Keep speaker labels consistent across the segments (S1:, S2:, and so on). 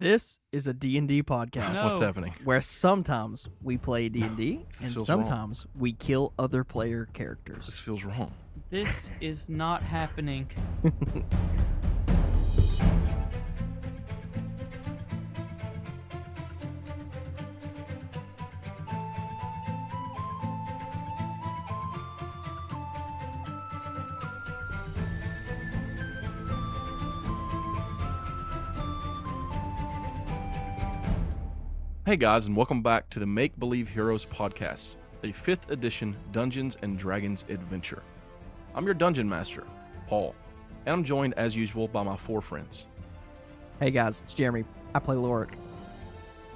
S1: This is a D&D podcast
S2: What's
S3: No.
S2: happening?
S1: where sometimes we play D&D and
S2: feels
S1: sometimes we kill other player
S2: This
S1: characters.
S2: feels wrong.
S3: This is not happening.
S2: Hey guys, and welcome back to the Make Believe Heroes podcast, a 5th edition Dungeons and Dragons adventure. I'm your dungeon master, Paul, and I'm joined as usual by my four friends.
S1: Hey guys, it's Jeremy. I play Lorik.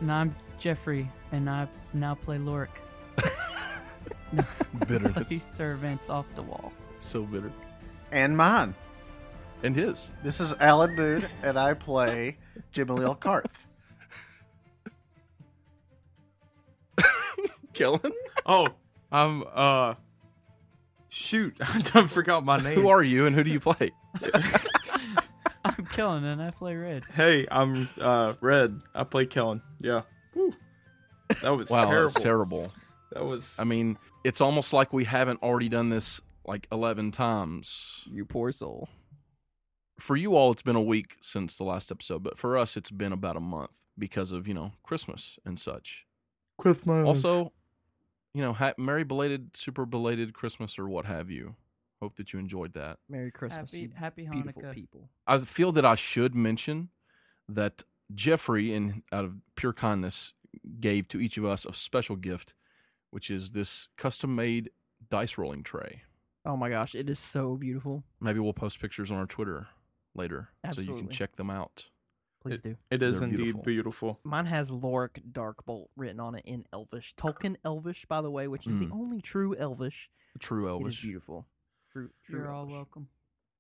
S3: And I'm Jeffrey, and I now play Lorik. These
S2: Bitterness.
S3: servants off the wall.
S2: so bitter.
S4: and mine.
S2: And his.
S4: This is Alan Mood, and I play Jimalil Karth.
S2: Kellen?
S5: Oh, I'm uh shoot, I done forgot my name.
S2: Who are you and who do you play?
S3: I'm killing, and I play red.
S5: hey, I'm uh Red. I play Kellen. Yeah. Woo. That was
S2: Wow,
S5: terrible.
S2: that's terrible.
S5: That was
S2: I mean, it's almost like we haven't already done this like 11 times.
S1: You poor soul.
S2: for you all it's been a week since the last episode but for us it's been about a month because of you know christmas and such
S1: Mm.
S5: Christmas.
S2: also you know ha- merry belated super belated christmas or what have you hope that you enjoyed that
S1: Merry Christmas.
S3: happy
S1: you
S3: Happy
S1: beautiful
S3: Hanukkah.
S1: people.
S2: i feel that i should mention that jeffrey in out of pure kindness gave to each of us a special gift which is this custom made dice rolling tray
S1: Oh my gosh, it is so beautiful.
S2: maybe we'll post pictures on our twitter later so you can
S1: Absolutely.
S2: check them out
S1: Please do.
S5: it is
S2: They're
S5: indeed
S2: beautiful.
S5: beautiful.
S1: Mine has Lorik Darkbolt written on it in Elvish. Tolkien Elvish, by the way, which is
S2: Mm.
S1: the only true Elvish.
S2: true
S1: It is
S2: elvish
S1: beautiful. True, true
S3: You're all
S1: Elvish.
S3: welcome.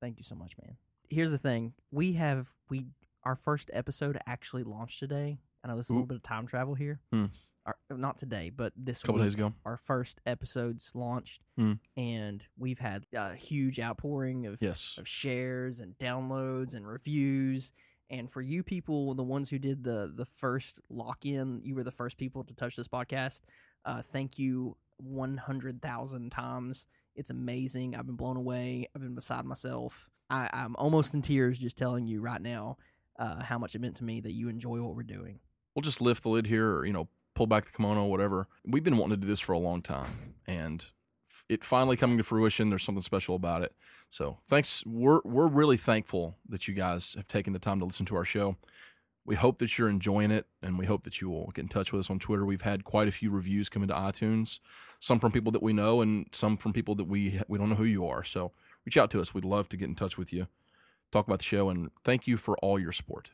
S1: Thank you so much, man. Here's the thing: we have we our first episode actually launched today. I know there's a
S2: Ooh.
S1: little bit of time travel here.
S2: Hmm.
S1: Our, not today, but this
S2: a couple
S1: week,
S2: days ago
S1: our first episodes launched,
S2: Hmm.
S1: and we've had a huge outpouring of
S2: yes
S1: of shares and downloads and reviews. And for you people, the ones who did the the first lock in, you were the first people to touch this podcast. Uh, thank you one hundred thousand times. It's amazing. I've been blown away. I've been beside myself. I, I'm almost in tears just telling you right now uh, how much it meant to me that you enjoy what we're doing.
S2: we'll just lift the lid here or you know pull back the kimono whatever we've been wanting to do this for a long time and f- it finally coming to fruition there's something special about it so thanks we're we're really thankful that you guys have taken the time to listen to our show we hope that you're enjoying it and we hope that you will get in touch with us on twitter we've had quite a few reviews come into itunes some from people that we know and some from people that we we don't know who you are so reach out to us we'd love to get in touch with you talk about the show and thank you for all your support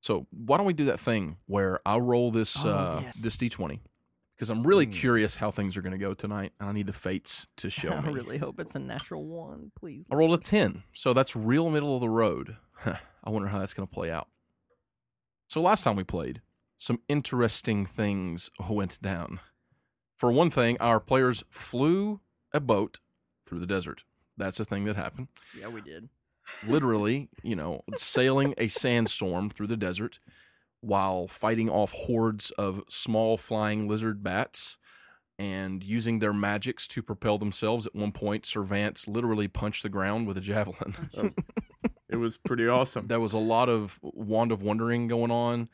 S2: so why don't we do that thing where i roll this
S1: Oh,
S2: uh
S1: yes.
S2: this d20 because i'm really
S5: Mm.
S2: curious how things are going to go tonight and i need the fates to show
S1: I
S2: me
S1: really hope it's a natural one, please.
S2: I rolled a 10, so that's real middle of the road. Huh, I wonder how that's going to play out. So, last time we played, some interesting things went down. For one thing, our players flew a boat through the desert. That's a thing that happened.
S1: Yeah, we did.
S2: Literally, you know, sailing a sandstorm through the desert while fighting off hordes of small flying lizard bats and using their magics to propel themselves. At one point, Servance literally punched the ground with a javelin.
S5: It was pretty awesome.
S2: There was a lot of wand of wondering going on.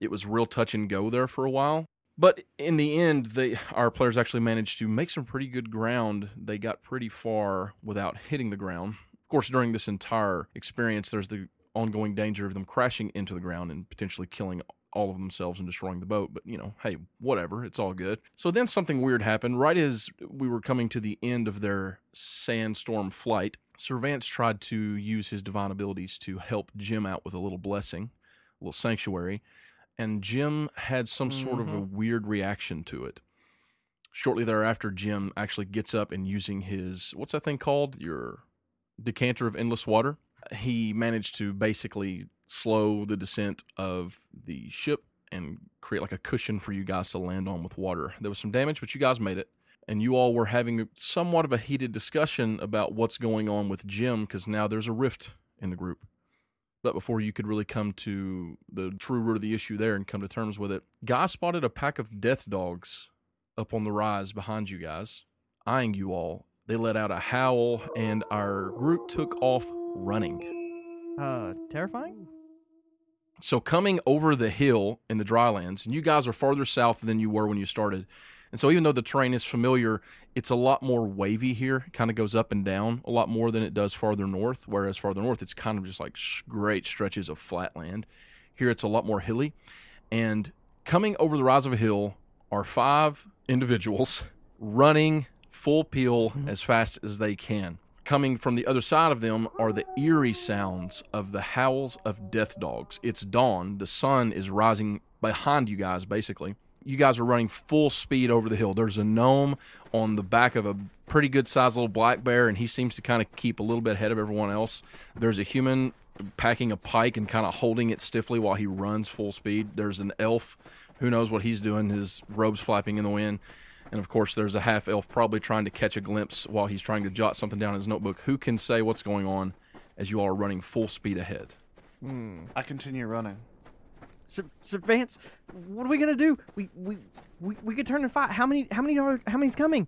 S2: It was real touch and go there for a while. But in the end, they our players actually managed to make some pretty good ground. They got pretty far without hitting the ground. Of course, during this entire experience, there's the ongoing danger of them crashing into the ground and potentially killing all of themselves and destroying the boat. But, you know, hey, whatever. It's all good. So then something weird happened. Right as we were coming to the end of their sandstorm flight, Servance tried to use his divine abilities to help Jim out with a little blessing, a little sanctuary. And Jim had some sort of a weird reaction to it. Shortly thereafter, Jim actually gets up and using his, what's that thing called? Your decanter of endless water he managed to basically slow the descent of the ship and create like a cushion for you guys to land on with water. There was some damage, but you guys made it. And you all were having somewhat of a heated discussion about what's going on with Jim because now there's a rift in the group. But before you could really come to the true root of the issue there and come to terms with it, Guy spotted a pack of death dogs up on the rise behind you guys, eyeing you all. They let out a howl, and our group took off running.
S1: Uh, terrifying.
S2: So coming over the hill in the drylands, and you guys are farther south than you were when you started. And so even though the terrain is familiar, it's a lot more wavy here. It kind of goes up and down a lot more than it does farther north, whereas farther north it's kind of just like s- great stretches of flat land. Here it's a lot more hilly. And coming over the rise of a hill are five individuals running full peel as fast as they can. Coming from the other side of them are the eerie sounds of the howls of death dogs. It's dawn. The sun is rising behind you guys, basically. You guys are running full speed over the hill. There's a gnome on the back of a pretty good sized little black bear, and he seems to kind of keep a little bit ahead of everyone else. There's a human packing a pike and kind of holding it stiffly while he runs full speed. There's an elf who knows what he's doing, his robes flapping in the wind. And of course, there's a half elf probably trying to catch a glimpse while he's trying to jot something down in his notebook. Who can say what's going on as you all are running full speed ahead?
S4: I continue running.
S1: Sir, Sir Vance, what are we gonna do? We we we, we could turn and fight. How many how many are how many's coming?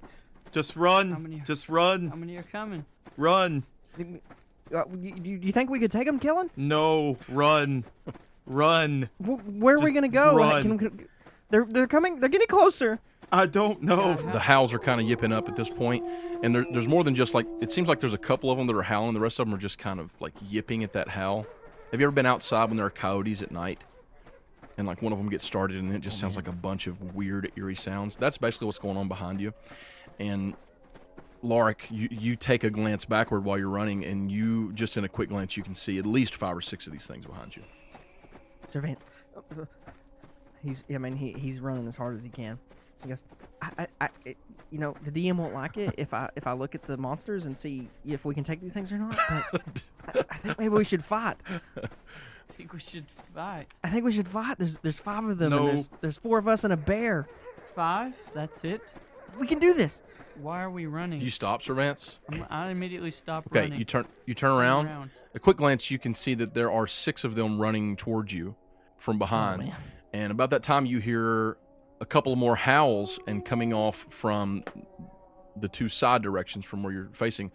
S5: Just
S3: How
S5: run.
S3: many-
S5: Just run.
S3: How many are coming?
S5: Run.
S1: Uh, you, you, you think we could take them, Kellen?
S5: No. Run. Run.
S1: Wh- Where are we
S5: Just
S1: gonna go? Uh,
S5: run.
S1: Can, can, they're they're coming. They're getting closer.
S5: I don't know.
S2: The howls are kind of yipping up at this point, and there, there's more than just like it seems like there's a couple of them that are howling. The rest of them are just kind of like yipping at that howl. Have you ever been outside when there are coyotes at night, and like one of them gets started, and it just sounds like a bunch of weird, eerie sounds? That's basically what's going on behind you. And Lark, you, you take a glance backward while you're running, and you just in a quick glance you can see at least five or six of these things behind you.
S1: Sir Vance, uh, uh, he's I mean he he's running as hard as he can. He goes, I, I, I it, you know the DM won't like it if I if I look at the monsters and see if we can take these things or not. But I, I think maybe we should fight.
S3: I think we should fight.
S1: I think we should fight. There's there's five of them.
S5: No.
S1: And there's there's four of us and a bear.
S3: Five? That's it?
S1: We can do this.
S3: Why are we running?
S2: Do you stop, Servance?
S3: I'm- I immediately stop
S2: Okay,
S3: running.
S2: you turn you turn around.
S3: around.
S2: A quick glance, you can see that there are six of them running towards you from
S3: Oh,
S2: behind.
S1: man.
S2: and about that time, you hear a couple more howls, and coming off from the two side directions from where you're facing,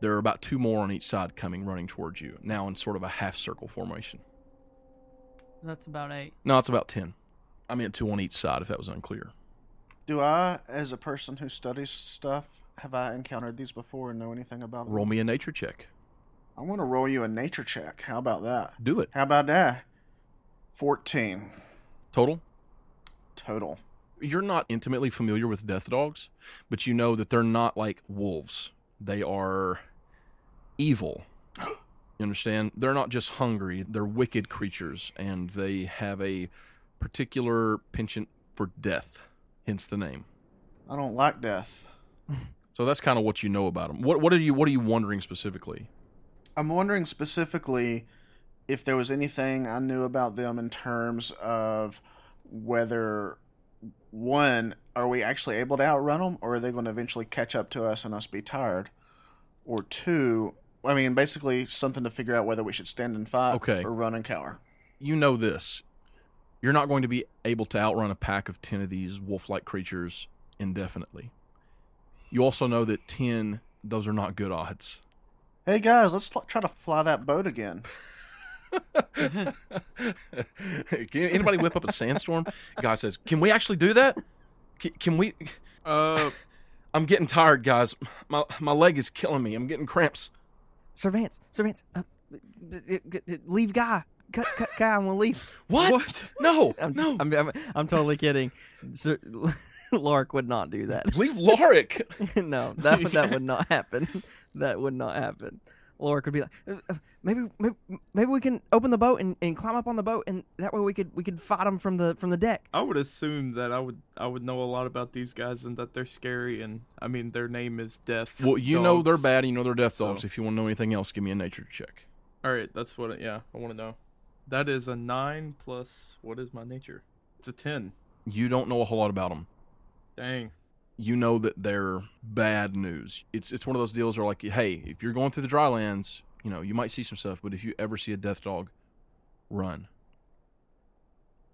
S2: there are about two more on each side coming running towards you. Now in sort of a half circle formation.
S3: That's about eight.
S2: No, it's about ten. I meant two on each side, if that was unclear.
S4: Do I, as a person who studies stuff, have I encountered these before and know anything about them?
S2: Roll me a nature check.
S4: I want to roll you a nature check. How about that?
S2: Do it.
S4: How about that? 14
S2: Total.
S4: total.
S2: you're not intimately familiar with death dogs, but you know that they're not like wolves. They are evil. You understand? They're not just hungry, they're wicked creatures, and they have a particular penchant for death, hence the name.
S4: I don't like death.
S2: So that's kind of what you know about them. What, what are you what are you wondering specifically?
S4: I'm wondering specifically if there was anything I knew about them in terms of whether one, are we actually able to outrun them, or are they going to eventually catch up to us and us be tired? Or two, I mean, basically something to figure out whether we should stand and fight
S2: Okay.
S4: or run and cower.
S2: you know this. You're not going to be able to outrun a pack of 10 of these wolf like creatures indefinitely. You also know that 10, those are not good odds.
S4: Hey guys, let's fl- try to fly that boat again.
S2: Can anybody whip up a sandstorm? Guy says, "Can we actually do that? Can, can we?
S5: Uh,
S2: I'm getting tired, guys. My my leg is killing me. I'm getting cramps.
S1: Sir Vance, Sir Vance, uh, d- d- d- leave Guy. Cut, cut Guy and we'll leave.
S2: What? No,
S1: I'm,
S2: no.
S1: I'm, I'm, I'm totally kidding. Sir, Lark would not do that.
S2: Leave Lorik.
S1: no, that, would- that would not happen. That would not happen. Lark would be like, uh, uh, maybe, maybe, maybe we can open the boat and, and climb up on the boat, and that way we could we could fight them from the from the deck.
S5: I would assume that I would I would know a lot about these guys and that they're scary and I mean their name is Death.
S2: Well, you know they're
S5: Dogs.
S2: bad. You know they're death
S5: So-
S2: dogs. If you want to know anything else, give me a nature check.
S5: All right, that's what. I, yeah, I want to know. That is a nine plus. What is my nature? It's a ten.
S2: You don't know a whole lot about them.
S5: Dang.
S2: you know that they're bad news. It's it's one of those deals where like, hey, if you're going through the drylands, you know, you might see some stuff, but if you ever see a death dog, run.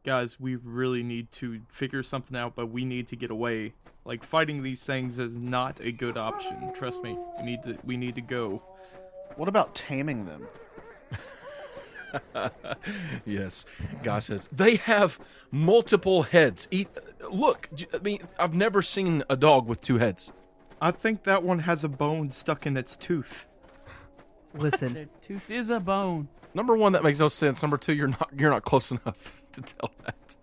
S5: Guys, we really need to figure something out, but we need to get away. Like fighting these things is not a good option. Trust me. We need to we need to go.
S4: What about taming them?
S2: yes, Guy says they have multiple heads. Eat. Look, j- I mean, I've never seen a dog with two heads.
S5: I think that one has a bone stuck in its tooth.
S1: Listen,
S3: Their tooth is a bone.
S2: Number one, that makes no sense. Number two, you're not you're not close enough to tell that.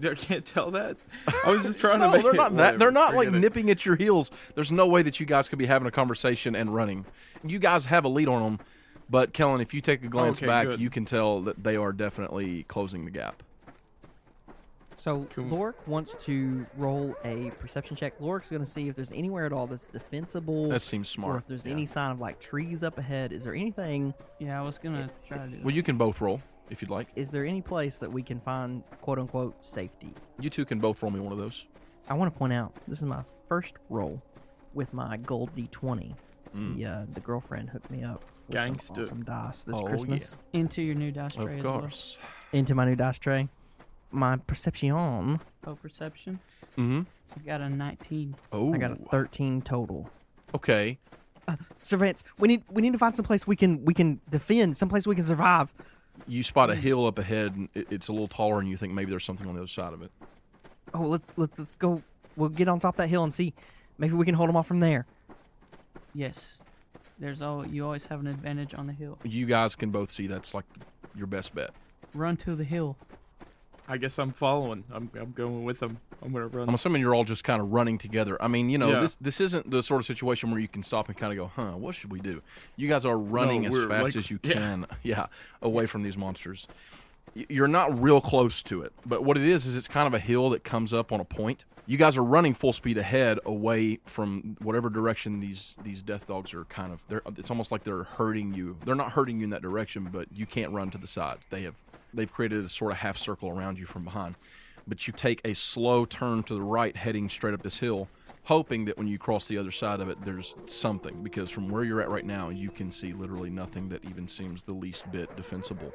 S5: Uh, I can't tell that. I was just trying to
S2: No,
S5: make
S2: they're
S5: it-
S2: not that. They're
S5: whatever,
S2: not like
S5: forget it.
S2: nipping at your heels. There's no way that you guys could be having a conversation and running. You guys have a lead on them, but Kellen, if you take a glance
S5: Okay,
S2: back,
S5: good.
S2: you can tell that they are definitely closing the gap.
S1: so
S5: Cool.
S1: Lorik Oh, wants to roll a perception check. Lorik's going to see if there's anywhere at all that's defensible,
S2: That seems smart.
S1: or if there's
S2: yeah.
S1: any sign of like trees up ahead. Is there anything?
S3: Yeah, I was gonna try to do that.
S2: Well, you can both roll if you'd like.
S1: Is there any place that we can find quote unquote safety?
S2: You two can both roll me one of those.
S1: I want to point out this is my first roll with my gold D20. The, uh, the girlfriend hooked me up with some
S5: Gangsta.
S1: awesome dice this
S2: Oh, yeah.
S1: Christmas
S3: Into your new dice
S2: of
S3: tray as
S2: course.
S1: into my new dice tray. My perception,
S3: well. Oh, perception.
S2: Mm-hmm.
S3: I got a 19.
S2: Oh,
S1: I got a 13 total.
S2: okay.
S1: Surveillance. We need we need to find some place we can we can defend, some place we can survive.
S2: You spot a hill up ahead, and it, it's a little taller, and you think maybe there's something on the other side of it.
S1: Oh, let's let's let's go. We'll get on top of that hill and see. Maybe we can hold them off from there.
S3: Yes. There's all you always have an advantage on the hill.
S2: You guys can both see that's like your best bet.
S3: Run to the hill.
S5: I guess I'm following. I'm, I'm going with them. I'm gonna
S2: I'm
S5: run.
S2: assuming you're all just kind of running together. I mean, you know,
S5: Yeah.
S2: this this isn't the sort of situation where you can stop and kind of go, "Huh, what should we do?" You guys are running as
S5: we're
S2: fast
S5: like-
S2: as you
S5: yeah.
S2: can, yeah, away from these monsters. Y- You're not real close to it, but what it is is it's kind of a hill that comes up on a point. You guys are running full speed ahead, away from whatever direction these these death dogs are kind of. They're it's almost like they're hurting you. They're not hurting you in that direction, but you can't run to the side. They have they've created a sort of half circle around you from behind but you take a slow turn to the right heading straight up this hill hoping that when you cross the other side of it there's something because from where you're at right now you can see literally nothing that even seems the least bit defensible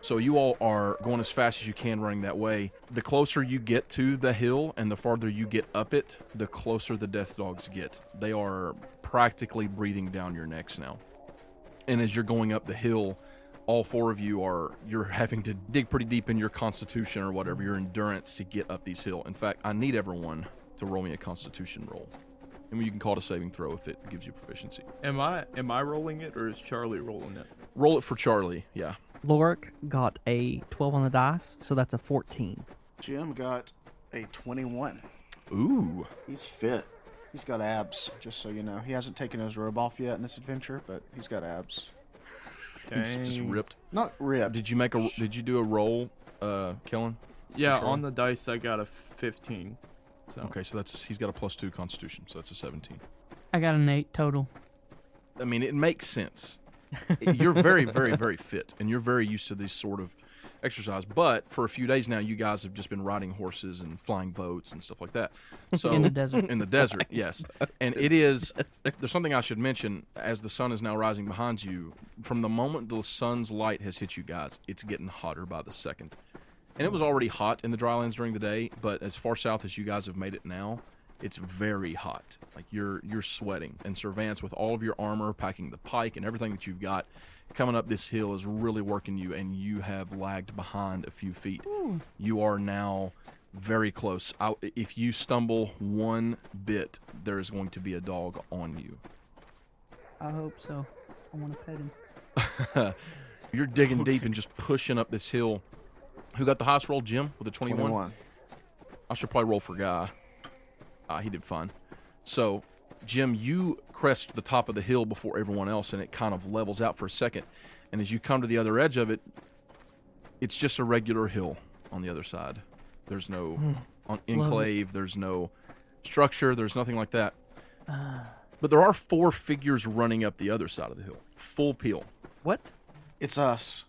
S2: so you all are going as fast as you can running that way the closer you get to the hill and the farther you get up it the closer the death dogs get they are practically breathing down your necks now and as you're going up the hill all four of you are you're having to dig pretty deep in your constitution or whatever your endurance to get up these hill in fact i need everyone to roll me a constitution roll and you can call it a saving throw if it gives you proficiency
S5: Am I am I rolling it or is Charlie rolling it?
S2: roll it for charlie yeah
S1: Lorik got a 12 on the dice, so that's a 14.
S4: Jim got a 21.
S2: ooh
S4: He's fit. He's got abs, just so you know. He hasn't taken his robe off yet in this adventure, but he's got abs.
S2: it's just
S5: Dang.
S2: ripped
S4: Not ripped.
S2: did you make a did you do a roll uh kellen
S5: Yeah,
S2: Charlie?
S5: on the dice I got a 15. So
S2: okay so that's he's got a plus two constitution so that's a 17
S3: I got an 8 total.
S2: I mean, it makes sense. you're very, very, very fit, and you're very used to this sort of exercise. But for a few days now, you guys have just been riding horses and flying boats and stuff like that. So
S3: In the desert.
S2: in the desert, yes. And it is. There's something I should mention. As the sun is now rising behind you, from the moment the sun's light has hit you guys, it's getting hotter by the second. And it was already hot in the drylands during the day, but as far south as you guys have made it now, it's very hot. Like you're you're sweating. And Servance with all of your armor, packing the pike and everything that you've got, coming up this hill is really working you and you have lagged behind a few feet. You are now very close. I, if you stumble one bit, there is going to be a dog on you.
S3: I hope so. I want to pet him.
S2: You're digging deep and just pushing up this hill. Who got the highest roll, Jim, with a 21?
S4: 21.
S2: I should probably roll for Guy. Uh, he did fine. So, Jim, you crest the top of the hill before everyone else, and it kind of levels out for a second. And as you come to the other edge of it, it's just a regular hill on the other side. There's no on enclave, there's no structure, there's nothing like that. But there are four figures running up the other side of the hill, full peel.
S1: What?
S4: It's us.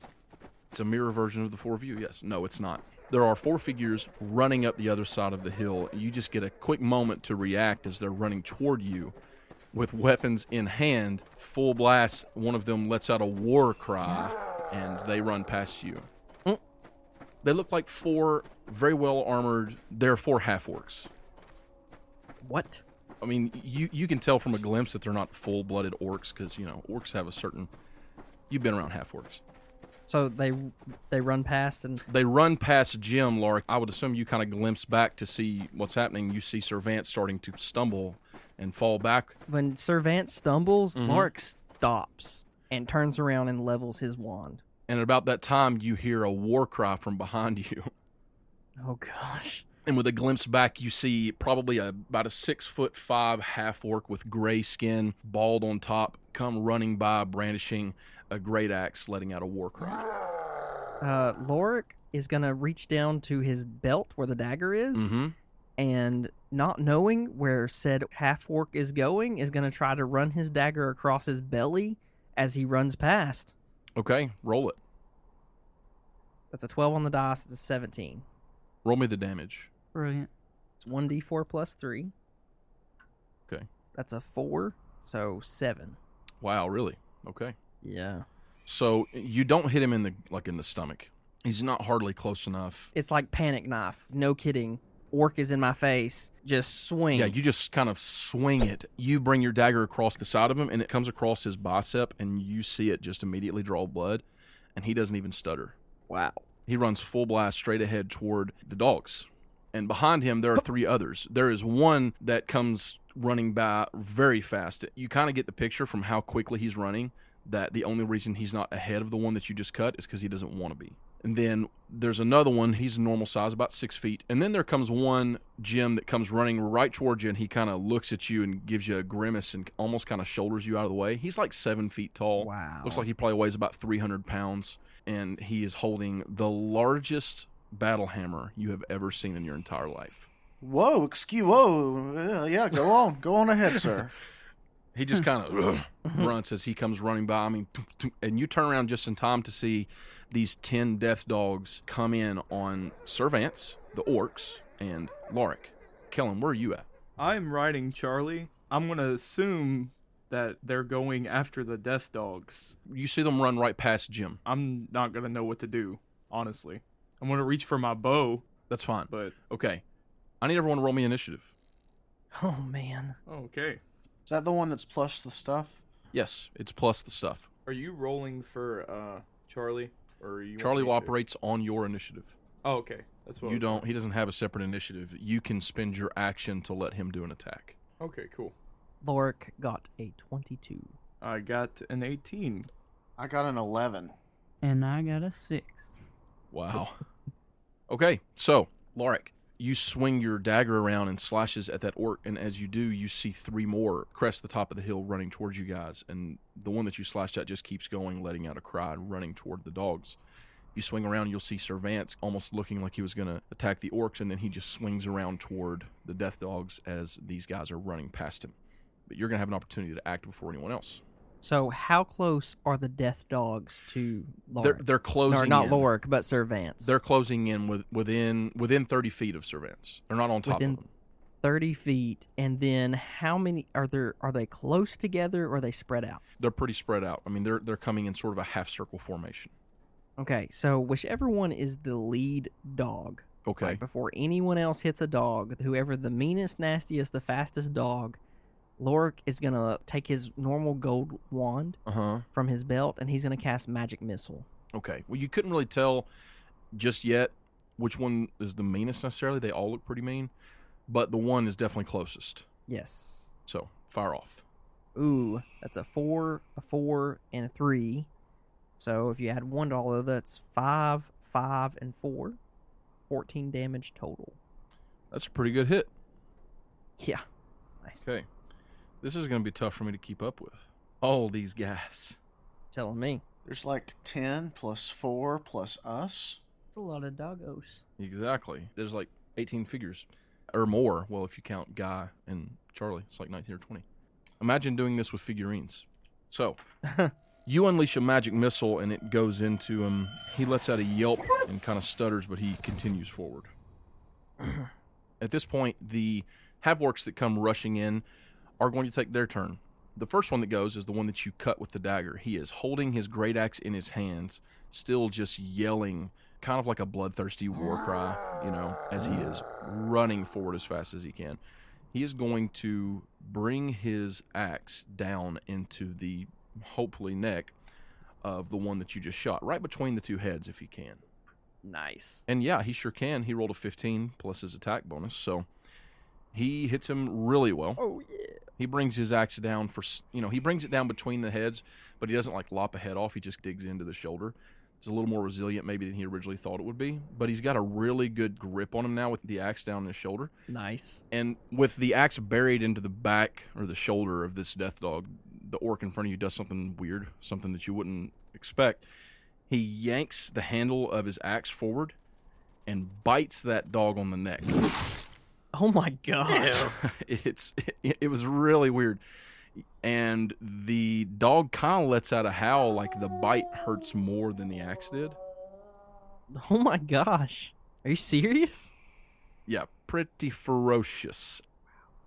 S2: It's a mirror version of the four of you. Yes. No, it's not. There are four figures running up the other side of the hill. You just get a quick moment to react as they're running toward you. with weapons in hand, full blast. One of them lets out a war cry, and they run past you. Mm. They look like four very well armored. They're four half orcs.
S1: What?
S2: I mean, you you can tell from a glimpse that they're not full blooded orcs because you know orcs have a certain. You've been around half orcs.
S1: So they they run past and
S2: They run past Jim, Lark. I would assume you kind of glimpse back to see what's happening. You see Servant starting to stumble and fall back.
S1: when Servant stumbles,
S2: Mm-hmm.
S1: Lark stops and turns around and levels his wand.
S2: And about that time, you hear a war cry from behind you.
S1: Oh gosh.
S2: And with a glimpse back, you see probably a, about a six foot five half orc with gray skin, bald on top, come running by, brandishing a great axe, letting out a war cry.
S1: Uh Lorik is gonna reach down to his belt where the dagger is
S2: Mm-hmm.
S1: and not knowing where said half orc is going is gonna try to run his dagger across his belly as he runs past.
S2: Okay, roll it.
S1: That's a twelve on the dice, it's a seventeen.
S2: Roll me the damage.
S3: Brilliant.
S1: It's one D four plus three.
S2: Okay.
S1: That's a four, so seven.
S2: Wow, really? Okay.
S1: Yeah.
S2: So you don't hit him in the like in the stomach. He's not hardly close enough.
S1: It's like panic knife. No kidding. Orc is in my face. Just swing.
S2: Yeah, you just kind of swing it. You bring your dagger across the side of him, and it comes across his bicep, and you see it just immediately draw blood, and he doesn't even stutter.
S1: wow.
S2: He runs full blast straight ahead toward the dogs. And behind him, there are three others. There is one that comes running by very fast. You kind of get the picture from how quickly he's running that the only reason he's not ahead of the one that you just cut is because he doesn't want to be. And then there's another one. He's normal size, about six feet. And then there comes one Jim that comes running right towards you, and he kind of looks at you and gives you a grimace and almost kind of shoulders you out of the way. He's like seven feet tall.
S1: Wow.
S2: Looks like he probably weighs about 300 pounds, and he is holding the largest battle hammer you have ever seen in your entire life.
S4: Whoa, excuse, whoa, uh, yeah, go on, go on ahead, sir.
S2: He just
S5: Hmm.
S2: kind of grunts as he comes running by. I mean, tunk, tunk, and you turn around just in time to see these 10 death dogs come in on Servants, the orcs, and Lorik. Kellen, where are you at?
S5: I'm riding Charlie. I'm gonna assume that they're going after the death dogs.
S2: You see them run right past Jim.
S5: I'm not gonna know what to do, honestly. I'm gonna reach for my bow,
S2: That's fine.
S5: but
S2: Okay. I need everyone to roll me initiative.
S1: Oh man.
S5: okay.
S4: Is that the one that's plus the stuff?
S2: Yes, it's plus the stuff.
S5: Are you rolling for uh Charlie or are you want
S2: Charlie
S5: me to?
S2: operates on your initiative.
S5: Oh, okay. That's what
S2: You don't. He doesn't have a separate initiative. You can spend your action to let him do an attack.
S5: Okay, cool.
S1: Lorik got a twenty-two.
S5: I got an 18.
S4: I got an 11.
S3: And I got a six.
S2: Wow. okay, so Lorik, you swing your dagger around and slashes at that orc, and as you do, you see three more crest the top of the hill, running towards you guys, and the one that you slashed at just keeps going, letting out a cry and running toward the dogs. You swing around, you'll see Servance almost looking like he was going to attack the orcs, and then he just swings around toward the death dogs as these guys are running past him. But you're going to have an opportunity to act before anyone else.
S1: So how close are the death dogs to Lorik?
S2: They're, they're closing.
S1: no, not
S2: in.
S1: Lorik, but Servants.
S2: They're closing in with, within within thirty feet of Servants. They're not on top
S1: within
S2: of them.
S1: thirty feet. And then how many are there? Are they close together or are they spread out?
S2: They're pretty spread out. I mean, they're they're coming in sort of a half circle formation.
S1: Okay, so whichever one is the lead dog,
S2: Okay.
S1: Like, before anyone else hits a dog, whoever the meanest, nastiest, the fastest dog, Lorik is gonna take his normal gold wand
S2: Uh huh.
S1: from his belt and he's gonna cast magic missile.
S2: Okay. Well, you couldn't really tell just yet which one is the meanest necessarily. They all look pretty mean, but the one is definitely closest.
S1: Yes.
S2: So fire off.
S1: Ooh, that's a four, a four, and a three. So if you add one to all of that's five, five, and four. 14 damage total.
S2: That's a pretty good hit.
S1: Yeah. That's nice.
S2: Okay. This is going to be tough for me to keep up with. All these guys.
S1: Telling me.
S4: There's like 10 plus 4 plus us.
S3: It's a lot of doggos.
S2: Exactly. There's like 18 figures or more. Well, if you count Guy and Charlie, it's like 19 or 20. Imagine doing this with figurines. So, you unleash a magic missile and it goes into him. He lets out a yelp and kind of stutters, but he continues forward. At this point, the half orcs that come rushing in are going to take their turn. The first one that goes is the one that you cut with the dagger. He is holding his great axe in his hands, still just yelling, kind of like a bloodthirsty war cry, you know, as he is running forward as fast as he can. He is going to bring his axe down into the hopefully neck of the one that you just shot, right between the two heads if he can.
S1: Nice.
S2: And yeah, he sure can. He rolled a 15 plus his attack bonus, so he hits him really well.
S1: Oh yeah.
S2: He brings his axe down for s- you know he brings it down between the heads, but he doesn't like lop a head off. He just digs into the shoulder. It's a little more resilient maybe than he originally thought it would be, but he's got a really good grip on him now with the axe down his shoulder.
S1: Nice.
S2: And with the axe buried into the back or the shoulder of this death dog, the orc in front of you does something weird, something that you wouldn't expect. He yanks the handle of his axe forward and bites that dog on the neck.
S1: Oh my gosh.
S2: it's it, it was really weird. And the dog kind of lets out a howl like the bite hurts more than the axe did.
S1: Oh my gosh. Are you serious?
S2: Yeah, pretty ferocious.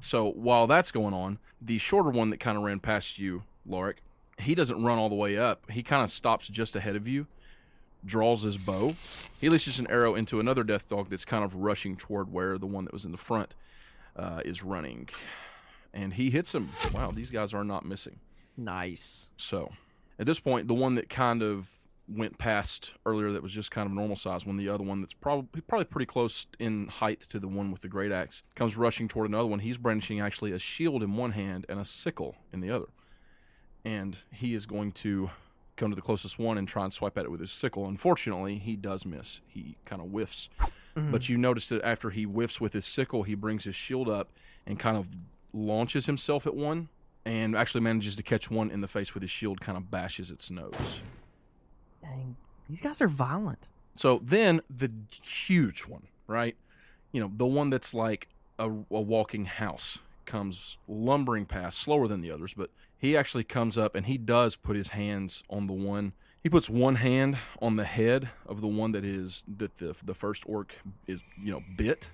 S2: So while that's going on, the shorter one that kind of ran past you, Lorik, he doesn't run all the way up. He kind of stops just ahead of you, draws his bow. He launches an arrow into another death dog that's kind of rushing toward where the one that was in the front uh, is running. And he hits him. Wow, these guys are not missing.
S1: Nice.
S2: So at this point, the one that kind of went past earlier that was just kind of normal size one, the other one that's probably probably pretty close in height to the one with the great axe, comes rushing toward another one. He's brandishing actually a shield in one hand and a sickle in the other. And he is going to come to the closest one and try and swipe at it with his sickle. Unfortunately, he does miss. He kind of whiffs but you notice that after he whiffs with his sickle, he brings his shield up and kind of launches himself at one and actually manages to catch one in the face with his shield, kind of bashes its nose.
S1: Dang. These guys are violent.
S2: So then the huge one, right? You know, the one that's like a, a walking house comes lumbering past, slower than the others, but he actually comes up and he does put his hands on the one. He puts one hand on the head of the one that is that the the first orc is you know bit,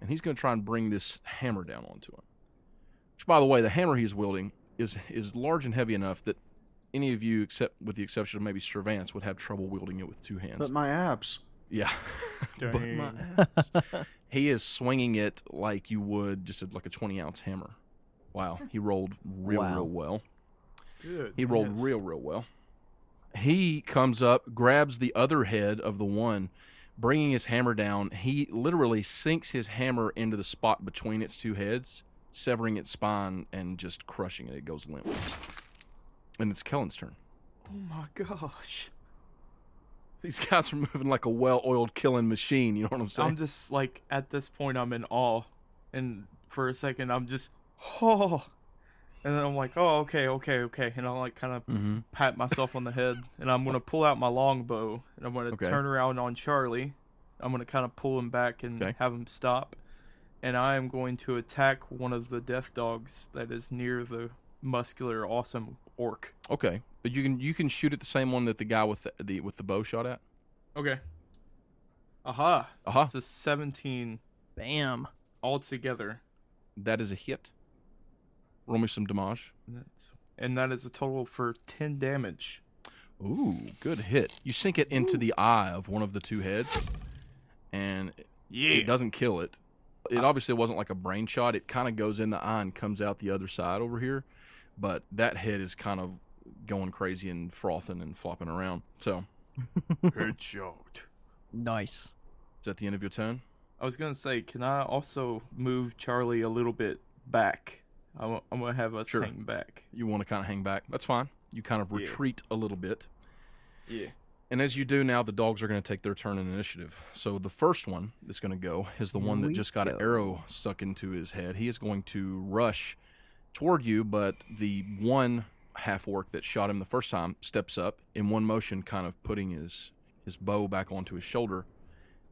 S2: and he's going to try and bring this hammer down onto him. Which, by the way, the hammer he's wielding is is large and heavy enough that any of you, except with the exception of maybe Cervantes, would have trouble wielding it with two hands.
S4: But my abs.
S2: Yeah. but my
S5: Dang.
S2: ass. he is swinging it like you would just a, like a 20 ounce hammer. Wow. He rolled real,
S1: Wow.
S2: real well.
S5: Good
S2: He rolled
S5: goodness.
S2: real, real well. He comes up, grabs the other head of the one, bringing his hammer down. He literally sinks his hammer into the spot between its two heads, severing its spine and just crushing it. It goes limp. And it's Kellen's turn.
S5: Oh my gosh.
S2: These guys are moving like a well oiled killing machine. You know what I'm saying?
S5: I'm just like at this point I'm in awe, and for a second I'm just oh, and then I'm like oh okay okay okay, and I'll like kind of
S2: mm-hmm.
S5: pat myself on the head, and I'm gonna pull out my longbow, and I'm gonna
S2: Okay.
S5: turn around on Charlie. I'm gonna kind of pull him back and
S2: Okay.
S5: have him stop, and I am going to attack one of the death dogs that is near the muscular awesome orc.
S2: Okay, but you can you can shoot at the same one that the guy with the, the with the bow shot at.
S5: Okay. Aha!
S2: Aha,
S5: That's a 17
S1: Bam.
S5: altogether.
S2: that is a hit. Roll me some damage.
S5: That's, and that is a total for 10 damage.
S2: Ooh, good hit. You sink it into the eye of one of the two heads, and
S5: Yeah.
S2: it doesn't kill it. It obviously wasn't like a brain shot. It kind of goes in the eye and comes out the other side over here, but that head is kind of going crazy and frothing and flopping around. So,
S5: Headshot.
S1: Nice.
S2: is that the end of your turn?
S5: I was going to say, can I also move Charlie a little bit back? I'm, I'm going to have us
S2: Sure.
S5: hang back.
S2: You want to kind of hang back. That's fine. You kind of
S5: Yeah.
S2: retreat a little bit.
S5: Yeah.
S2: And as you do now, the dogs are going to take their turn in initiative. So the first one that's going to go is the one that
S1: We
S2: just got an
S1: go.
S2: arrow stuck into his head. He is going to rush toward you, but the one half orc that shot him the first time steps up in one motion, kind of putting his his bow back onto his shoulder.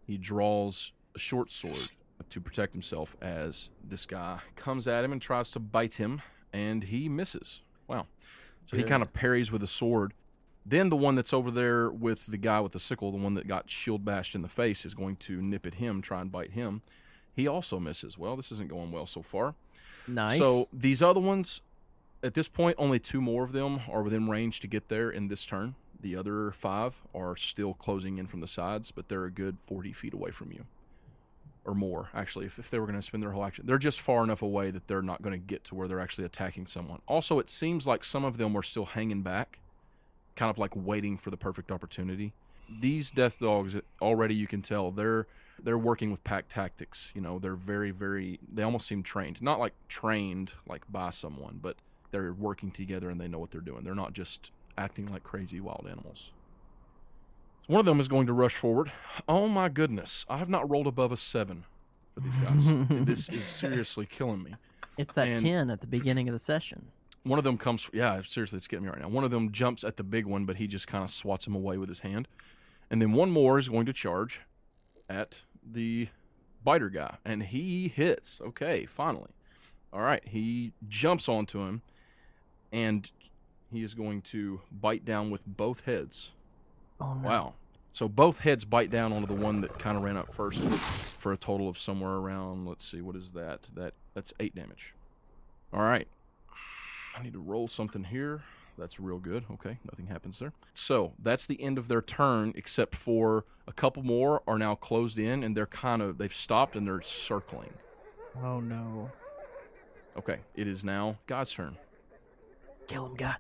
S2: He draws a short sword to protect himself as this guy comes at him and tries to bite him, and he misses. Wow. So he
S5: Yeah.
S2: kind of parries with a sword. Then the one that's over there with the guy with the sickle, the one that got shield bashed in the face, is going to nip at him, try and bite him. He also misses. Well, this isn't going well so far.
S1: Nice.
S2: So these other ones, at this point, only two more of them are within range to get there in this turn. The other five are still closing in from the sides, but they're a good 40 feet away from you. Or more, actually, if, if they were going to spend their whole action. They're just far enough away that they're not going to get to where they're actually attacking someone. Also, it seems like some of them are still hanging back, kind of like waiting for the perfect opportunity. These death dogs already you can tell they're they're working with pack tactics. You know, they're very, very, they almost seem trained. Not like trained, like by someone, but they're working together and they know what they're doing. They're not just acting like crazy wild animals. One of them is going to rush forward. Oh my goodness. I have not rolled above a seven for these guys. this is seriously killing me.
S1: it's that
S2: and-
S1: 10 at the beginning of the session.
S2: One of them comes, yeah, seriously, it's getting me right now. One of them jumps at the big one, but he just kind of swats him away with his hand. And then one more is going to charge at the biter guy, and he hits. Okay, finally. All right, he jumps onto him, and he is going to bite down with both heads.
S1: Oh, no.
S2: Wow. So both heads bite down onto the one that kind of ran up first for a total of somewhere around, let's see, what is that? That that's 8 damage. All right. I need to roll something here. That's real good. Okay, nothing happens there. So, that's the end of their turn except for a couple more are now closed in and they're kind of they've stopped and they're circling.
S3: Oh no.
S2: Okay, it is now God's turn.
S1: Kill him, God.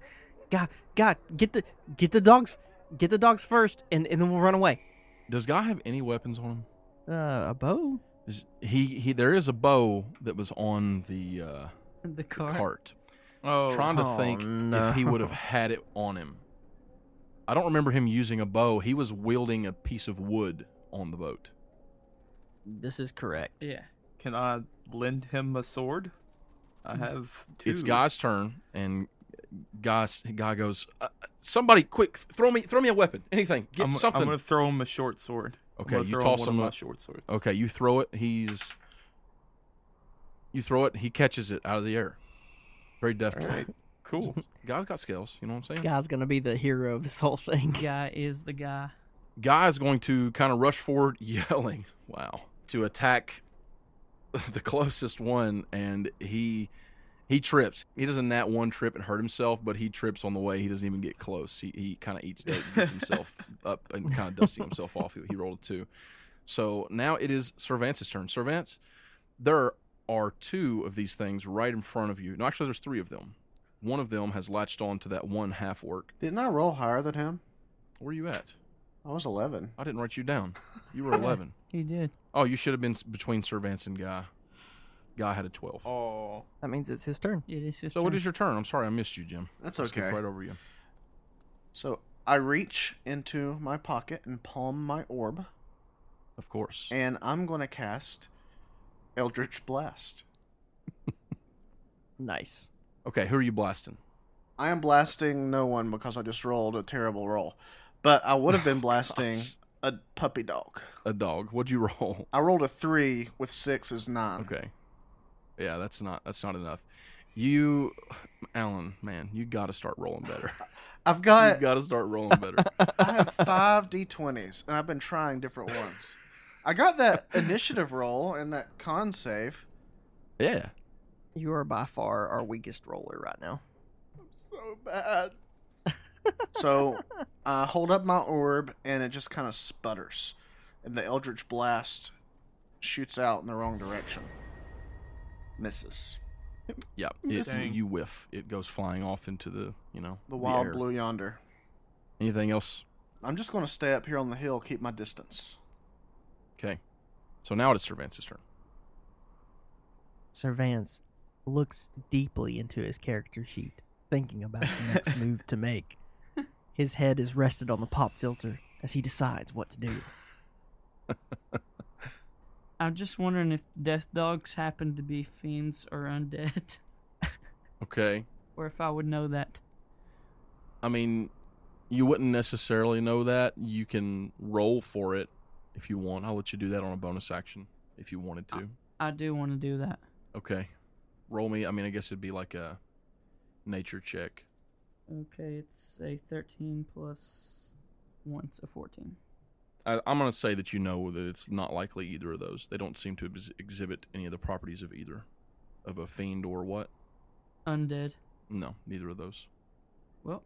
S1: God, God, get the get the dogs, get the dogs first, and, and then we'll run away.
S2: Does guy have any weapons on him?
S1: Uh, a bow?
S2: Is he he there is a bow that was on the uh
S3: The car.
S2: cart.
S5: Oh,
S2: trying to
S1: Oh,
S2: think
S1: no.
S2: if he would have had it on him. I don't remember him using a bow. He was wielding a piece of wood on the boat.
S1: This is correct.
S3: Yeah.
S5: can I lend him a sword? I have two.
S2: Mm, It's Guy's turn, and Guy's, Guy goes, uh, "Somebody, quick, throw me, throw me a weapon, anything, get
S5: I'm,
S2: something."
S5: I'm gonna throw him a short sword. I'm
S2: Okay,
S5: gonna
S2: you
S5: throw
S2: toss
S5: him, one
S2: him
S5: of my
S2: a-
S5: short swords.
S2: Okay, you throw it. He's you throw it. He catches it out of the air. Very deftly.
S5: All right. Cool.
S2: Guy's got skills. You know what I'm saying?
S1: Guy's gonna be the hero of this whole thing.
S3: Guy is the guy.
S2: guy is going to kind of rush forward yelling wow to attack the closest one and he he trips he doesn't that one trip and hurt himself but he trips on the way he doesn't even get close he, he kind of eats dirt and gets himself up and kind of dusting himself off he, he rolled a two so now it is servance's turn servance there are two of these things right in front of you no actually there's three of them one of them has latched on to that one half orc
S4: Didn't I roll higher than him?
S2: where are you at
S4: I was 11.
S2: i didn't write you down you were 11
S3: He did.
S2: Oh, you should have been s- between Servance and Guy. Guy had a 12.
S5: Oh,
S1: That means it's his turn.
S3: It is his
S2: so,
S3: turn.
S2: what is your turn? I'm sorry, I missed you, Jim.
S4: That's
S2: I skipped
S4: okay.
S2: right over you.
S4: So I reach into my pocket and palm my orb,
S2: Of course.
S4: and I'm going to cast Eldritch Blast.
S1: Nice.
S2: Okay, who are you blasting?
S4: I am blasting no one because I just rolled a terrible roll, but I would have been blasting a puppy dog.
S2: A dog. What'd you roll?
S4: I rolled a three with six is nine.
S2: Okay. Yeah, that's not that's not enough. You, Alan, man, you got to start rolling better.
S4: I've
S2: you
S4: got
S2: got to start rolling better.
S4: I have five d20s, and I've been trying different ones. I got that initiative roll and that con save.
S2: yeah.
S1: You are by far our weakest roller right now.
S4: So bad. so I hold up my orb, and it just kind of sputters, and the eldritch blast shoots out in the wrong direction. Misses
S2: Yeah. It,
S5: Dang.
S2: you whiff. It goes flying off into the you know
S4: the wild
S2: air.
S4: blue yonder.
S2: Anything else?
S4: I'm just going to stay up here on the hill, keep my distance.
S2: Okay. So now it is Servance's turn.
S1: Servance looks deeply into his character sheet, thinking about the next move to make. His head is rested on the pop filter as he decides what to do.
S3: I'm just wondering if death dogs happen to be fiends or undead,
S2: Okay.
S3: or if I would know that.
S2: I mean, you wouldn't necessarily know that. You can roll for it if you want. I'll let you do that on a bonus action if you wanted to.
S3: I do want to do that.
S2: Okay. Roll me. I mean, I guess it'd be like a nature check.
S3: Okay, it's a 13 plus one, so 14.
S2: I, I'm going to say that you know that it's not likely either of those. They don't seem to ex- exhibit any of the properties of either. of a fiend or what?
S3: Undead.
S2: No, neither of those.
S3: Well,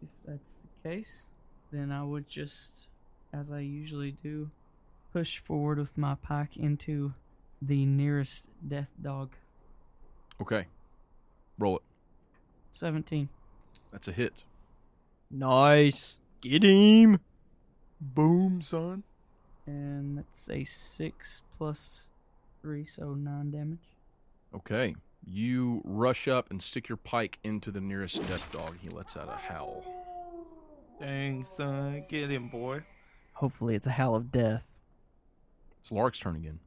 S3: if that's the case, then I would just, as I usually do, push forward with my pike into the nearest death dog.
S2: Okay. Roll it.
S3: 17.
S2: That's a hit.
S1: Nice. Get him.
S5: Boom, son.
S3: And that's a 6 plus 3, so 9 damage.
S2: Okay. You rush up and stick your pike into the nearest death dog. He lets out a howl.
S5: Dang, son. Get him, boy.
S1: Hopefully, it's a howl of death.
S2: It's Lark's turn again.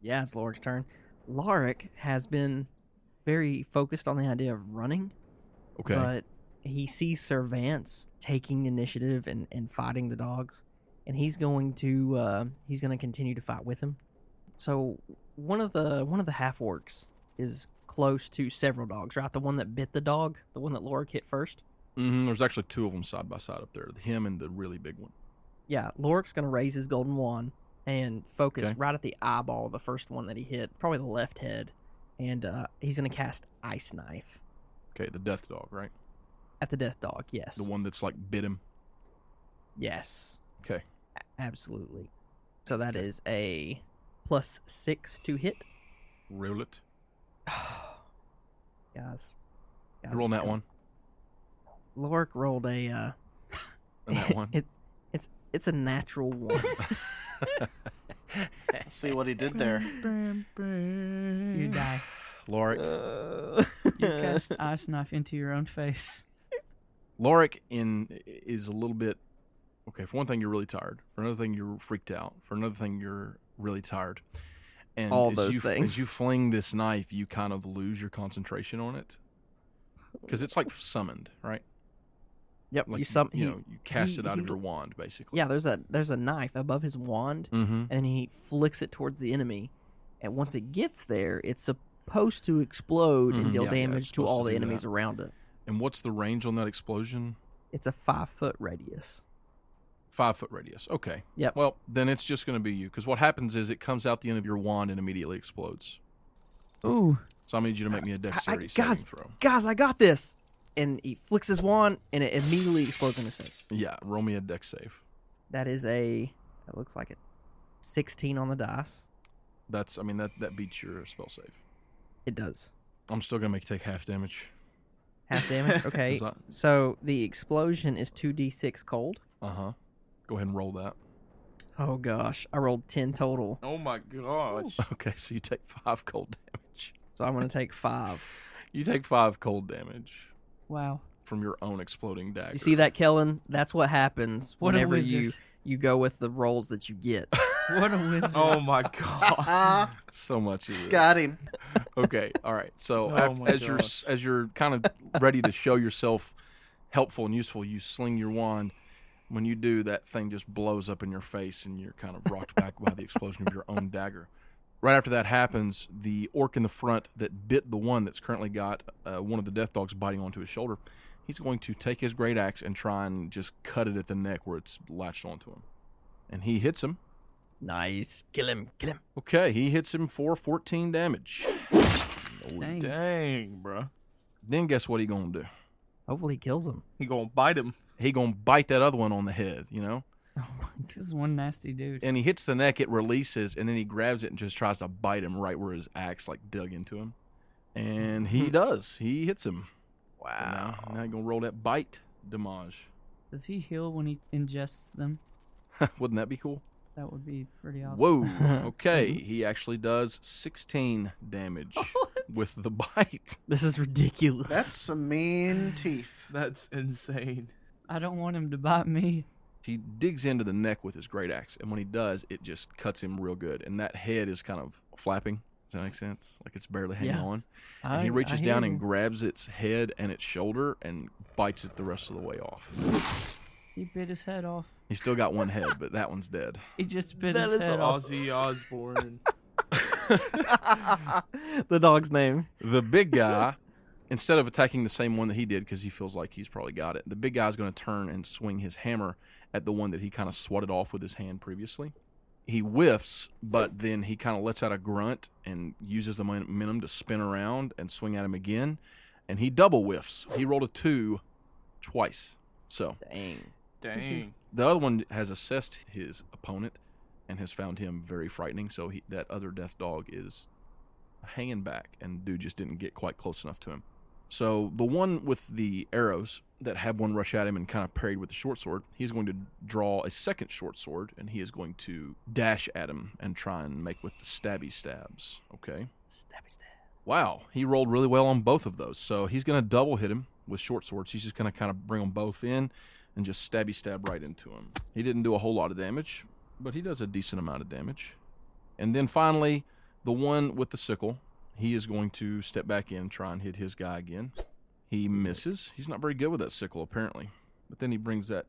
S1: Yeah, it's Lorik's turn. Lorik has been very focused on the idea of running,
S2: Okay.
S1: but he sees Sir Vance taking initiative and, and fighting the dogs, and he's going to uh, he's going to continue to fight with him. So one of the one of the half orcs is close to several dogs, right? The one that bit the dog, the one that Lorik hit first.
S2: hmm There's actually two of them side by side up there him and the really big one.
S1: Yeah, Lorik's going to raise his golden wand and focus
S2: Okay.
S1: right at the eyeball, of the first one that he hit, probably the left head, and uh, he's going to cast Ice Knife
S2: Okay, the death dog, right?
S1: at the death dog. Yes.
S2: The one that's like bit him.
S1: Yes.
S2: Okay.
S1: A- absolutely. So that is a plus six to hit.
S2: Roll it.
S1: Guys.
S2: You roll that one
S1: one. Lorik rolled a. Uh,
S2: and that one.
S1: it, it's it's a natural one.
S4: See what he did there.
S3: You die.
S2: Lorik,
S1: Uh,
S3: You cast ice knife into your own face.
S2: Lorik in is a little bit okay. For one thing, you're really tired. For another thing, you're freaked out. For another thing, you're really tired. And
S1: All
S2: as
S1: those
S2: you,
S1: things.
S2: As you fling this knife, you kind of lose your concentration on it because it's like summoned, right?
S1: yep.
S2: Like
S1: you sum.
S2: you
S1: he-
S2: know, you cast
S1: he-
S2: it out
S1: he-
S2: of your wand, basically.
S1: yeah. There's a there's a knife above his wand,
S2: Mm-hmm.
S1: and he flicks it towards the enemy. And once it gets there, it's supposed to explode
S2: Mhm,
S1: and deal
S2: yeah, yeah, it's
S1: damage to
S2: supposed
S1: all
S2: to
S1: the
S2: do that.
S1: enemies around it.
S2: And what's the range on that explosion?
S1: It's a five foot radius.
S2: Five foot radius. Okay.
S1: Yep.
S2: Well, then it's just going to be you because what happens is it comes out the end of your wand and immediately explodes.
S3: Ooh.
S2: So I need you to make me a
S1: Uh, I-
S2: dexterity saving
S1: guys,
S2: throw.
S1: guys, I got this. And he flicks his wand, and it immediately explodes in his face.
S2: Yeah, roll me a dex save.
S1: That is a. That looks like a 16 on the dice.
S2: That's I mean that that beats your spell save.
S1: It does
S2: I'm still gonna make you take half damage.
S1: half damage. Okay,
S2: 'Cause I-
S1: so the explosion is 2d6 cold.
S2: uh-huh. Go ahead and roll that.
S1: Oh gosh, I rolled 10 total,
S5: Oh my gosh.
S2: Okay, so you take five cold damage.
S1: so I'm gonna take five.
S2: You take five cold damage
S3: Wow.
S2: from your own exploding dagger.
S1: You see that, Kellen? That's what happens
S3: What a
S1: whenever you
S3: wizard.
S1: you go with the rolls that you get.
S3: What a wizard.
S5: Oh my god.
S4: Ah,
S2: So much. Of this.
S4: got him.
S2: Okay. All right. So
S5: Oh
S2: af-
S5: my
S2: as you're
S5: gosh.
S2: as you're kind of ready to show yourself helpful and useful, you sling your wand. When you do, that thing just blows up in your face, and you're kind of rocked back by the explosion of your own dagger. Right after that happens, the orc in the front that bit the one that's currently got uh, one of the death dogs biting onto his shoulder, he's going to take his great axe and try and just cut it at the neck where it's latched onto him. And he hits him.
S1: nice, kill him, kill him.
S2: Okay, he hits him for 14 damage.
S3: Dang.
S5: Dang, bruh.
S2: Then guess what he gonna do?
S1: Hopefully, he kills him.
S5: He gonna bite him.
S2: he gonna bite that other one on the head, you know?
S3: Oh my- This is one nasty dude.
S2: And he hits the neck, it releases, and then he grabs it and just tries to bite him right where his axe like dug into him. And he does. He hits him. And Now, now he gonna roll that bite damage.
S3: Does he heal when he ingests them?
S2: Wouldn't that be cool?
S3: That would be pretty awesome.
S2: Whoa. Okay. He actually does 16 damage with the bite.
S1: This is ridiculous.
S4: That's some mean teeth.
S5: That's insane.
S3: I don't want him to bite me.
S2: He digs into the neck with his great axe, and when he does, it just cuts him real good. And that head is kind of flapping. Does that make sense? Like it's barely hanging
S1: Yeah.
S2: on. And he reaches down and grabs its head and its shoulder and bites it the rest of the way off.
S3: He bit his head off.
S2: He's still got one head, but that one's dead.
S3: He just bit
S1: That
S3: his
S1: is
S3: head off.
S5: Ozzy Osbourne.
S1: the dog's name.
S2: The big guy, instead of attacking the same one that he did because he feels like he's probably got it, the big guy's going to turn and swing his hammer at the one that he kind of swatted off with his hand previously. he whiffs, but then he kind of lets out a grunt and uses the momentum to spin around and swing at him again, and he double whiffs. He rolled a two twice. So
S1: Dang.
S5: Dang.
S2: the other one has assessed his opponent and has found him very frightening. So he, that other death dog is hanging back, and dude just didn't get quite close enough to him. So the one with the arrows that had one rush at him and kind of parried with the short sword, he's going to draw a second short sword, and he is going to dash at him and try and make with the stabby stabs. Okay.
S1: Stabby stab.
S2: Wow, he rolled really well on both of those. So he's going to double hit him with short swords. He's just going to kind of bring them both in and just stabby stab right into him. He didn't do a whole lot of damage, but he does a decent amount of damage. And then finally, the one with the sickle, he is going to step back in, try and hit his guy again. He misses. He's not very good with that sickle, apparently. But then he brings that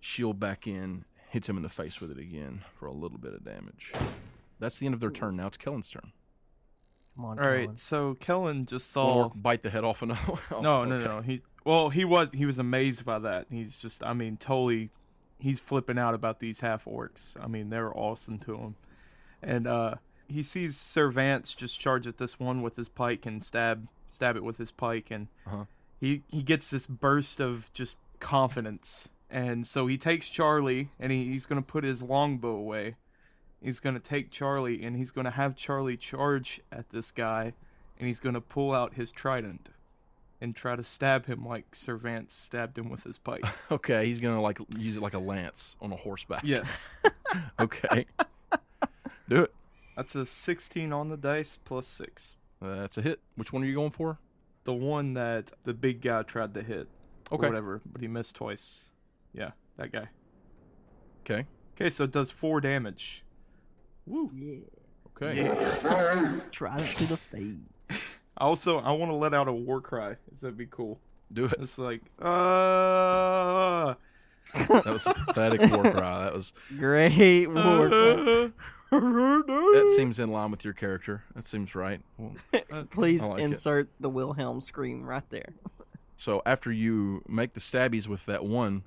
S2: shield back in, hits him in the face with it again for a little bit of damage. That's the end of their turn. Now it's Kellen's turn.
S1: Come on.
S5: All right,
S1: Colin.
S5: so Kellen
S2: Or
S5: just saw.
S2: bite the head off another. Oh,
S5: No, no,
S2: okay.
S5: no. He well, he was he was amazed by that. He's just, I mean, totally, he's flipping out about these half orcs. I mean, they're awesome to him, and uh, he sees Sir Vance just charge at this one with his pike and stab stab it with his pike, and
S2: Uh-huh.
S5: he he gets this burst of just confidence, and so he takes Charlie and he, he's gonna put his longbow away. He's gonna take Charlie and he's gonna have Charlie charge at this guy, and he's gonna pull out his trident and try to stab him like Sir Vance stabbed him with his pike.
S2: Okay, he's gonna like use it like a lance on a horseback.
S5: yes.
S2: Okay. Do it.
S5: That's a 16 on the dice plus 6.
S2: That's a hit. Which one are you going for?
S5: The one that the big guy tried to hit. or
S2: Okay.
S5: whatever, but he missed twice. Yeah, that guy.
S2: Okay.
S5: Okay, so it does 4 damage.
S2: Okay.
S1: Try it to the face.
S5: I also I want to let out a war cry if that'd be cool.
S2: Do it.
S5: It's like uh
S2: That was a pathetic war cry. That was.
S1: Great war.
S2: That seems in line with your character. That seems right. Well,
S1: Please
S2: I like it.
S1: insert the Wilhelm scream right there.
S2: so after you make the stabbies with that one,